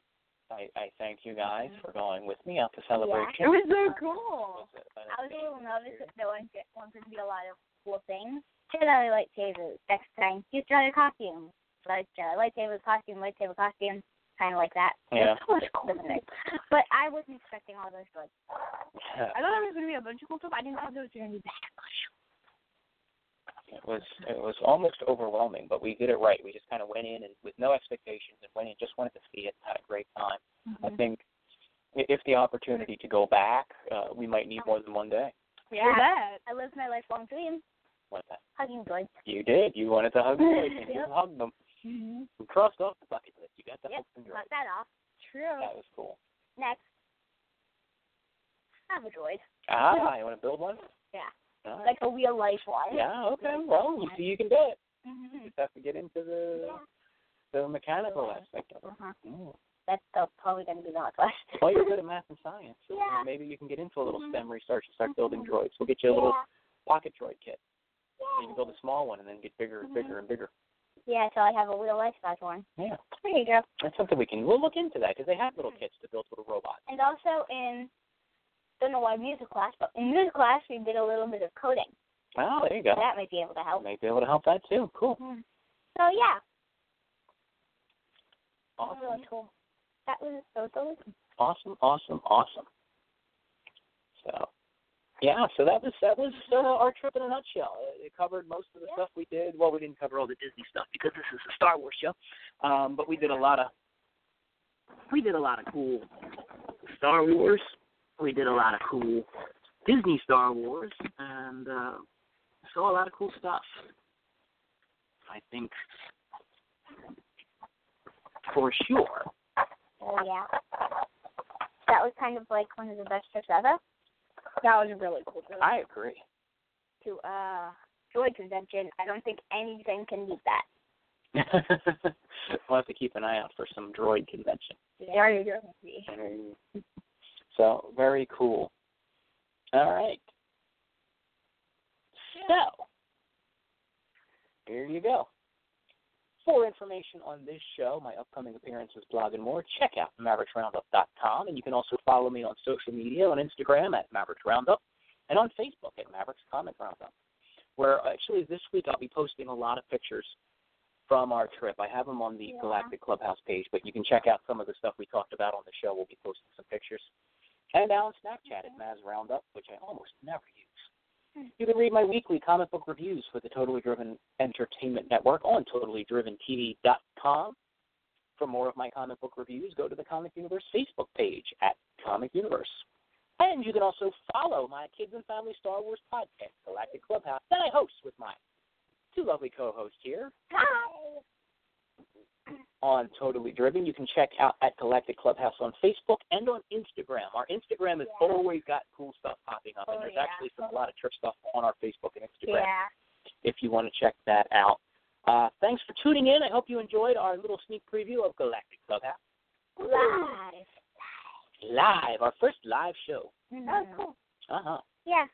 S1: I, I thank you guys for going with me out to Celebration.
S2: Yeah. It
S3: was so cool.
S2: I was a little nervous that there weren't get- weren't going to be a lot of cool things. Jedi lightsabers. Next time, use Jedi costumes. Like Jedi lightsaber costume, lightsaber costume, kind of like that.
S1: Yeah.
S2: That was cool. But I wasn't expecting all those good.
S3: I thought there was gonna be a bunch of cool stuff. I didn't know there was gonna be that.
S1: It was it was almost overwhelming, but we did it right. We just kind of went in and with no expectations and went in just wanted to see it, had a great time.
S2: Mm-hmm.
S1: I think i- if the opportunity to go back, uh, we might need more than one day.
S2: Yeah.
S3: That.
S2: I lived my lifelong dream,
S1: What the-
S2: hugging droids.
S1: You did. You wanted to hug them, and you
S2: Yep. Mm-hmm.
S1: hugged them. You crossed off the bucket list. You got the
S2: Yep,
S1: hug
S2: Cut that off. True.
S1: That was cool.
S2: Next. Have a droid.
S1: Ah, you want to build one?
S2: Yeah.
S1: All right.
S2: Like a real life one.
S1: yeah. Okay. Well, you see, you can do it.
S2: hmm
S1: Just have to get into the the mechanical aspect of
S2: Uh-huh.
S1: it. Mm.
S2: That's still probably going to be the last one.
S1: Well, you're good at math and science. so
S2: Yeah.
S1: Maybe you can get into a little
S2: Mhm.
S1: STEM research and start building droids. We'll get you a little
S2: yeah.
S1: pocket droid kit. So you can build a small one and then get bigger and
S2: Mm-hmm.
S1: bigger and bigger.
S2: yeah, so I have a real life size one.
S1: Yeah.
S2: There you go.
S1: That's something we can. We'll look into that because they have little
S2: Mm-hmm.
S1: kits to build little robots.
S2: And also in, don't know why music class, but in music class we did a little bit of coding.
S1: Oh, there you go.
S2: That might be able to help.
S1: May be able to help that too. Cool.
S2: Mm-hmm. So yeah,
S1: Awesome.
S2: really cool. That was so delicious.
S1: Awesome. Awesome. Awesome. So Yeah, so that was that was uh, our trip in a nutshell. It, it covered most of the stuff we did. Well, we didn't cover all the Disney stuff because this is a Star Wars show, um, but we did a lot of we did a lot of cool Star Wars. We did a lot of cool Disney Star Wars, and uh, saw a lot of cool stuff. I think for sure.
S2: So yeah, that was kind of like one of the best trips ever.
S3: That was really cool. Really.
S1: I agree.
S2: To uh, Joy Convention, I don't think anything can beat that.
S1: we'll have to keep an eye out for some droid convention.
S3: There you go.
S1: So very cool. All right. So here you go. For information on this show, my upcoming appearances, blog, and more, check out mavericksroundup.com. And you can also follow me on social media on Instagram at Mavericks Roundup and on Facebook at Mavericks Comic Roundup, where actually this week I'll be posting a lot of pictures from our trip. I have them on the
S2: Yeah.
S1: Galactic Clubhouse page, but you can check out some of the stuff we talked about on the show. We'll be posting some pictures. And now on Snapchat at Maz Roundup, which I almost never use. You can read my weekly comic book reviews for the Totally Driven Entertainment Network on totallydriventv.com. For more of my comic book reviews, go to the Comic Universe Facebook page at Comic Universe. And you can also follow my Kids and Family Star Wars podcast, Galactic Clubhouse, that I host with my two lovely co hosts here,
S2: Hi.
S1: on Totally Driven. You can check out at Galactic Clubhouse on Facebook and on Instagram. Our Instagram has
S2: Yeah.
S1: always got cool stuff popping up,
S3: Oh,
S1: and there's
S3: yeah.
S1: actually some, a lot of trip stuff on our Facebook and Instagram
S2: Yeah.
S1: if you want to check that out. Uh, thanks for tuning in. I hope you enjoyed our little sneak preview of Galactic Clubhouse
S2: Live.
S1: live, our first live show.
S2: That was cool.
S1: Uh huh.
S2: Yeah.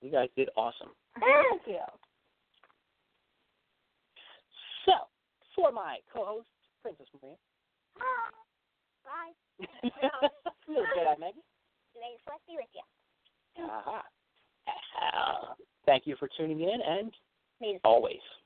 S1: You guys did awesome.
S2: Thank you.
S1: So, for my co-host Princess Maria,
S2: Bye.
S1: little Jedi Maggie.
S2: May the force be with you.
S1: Uh-huh. Thank you for tuning in and
S2: May the
S1: always.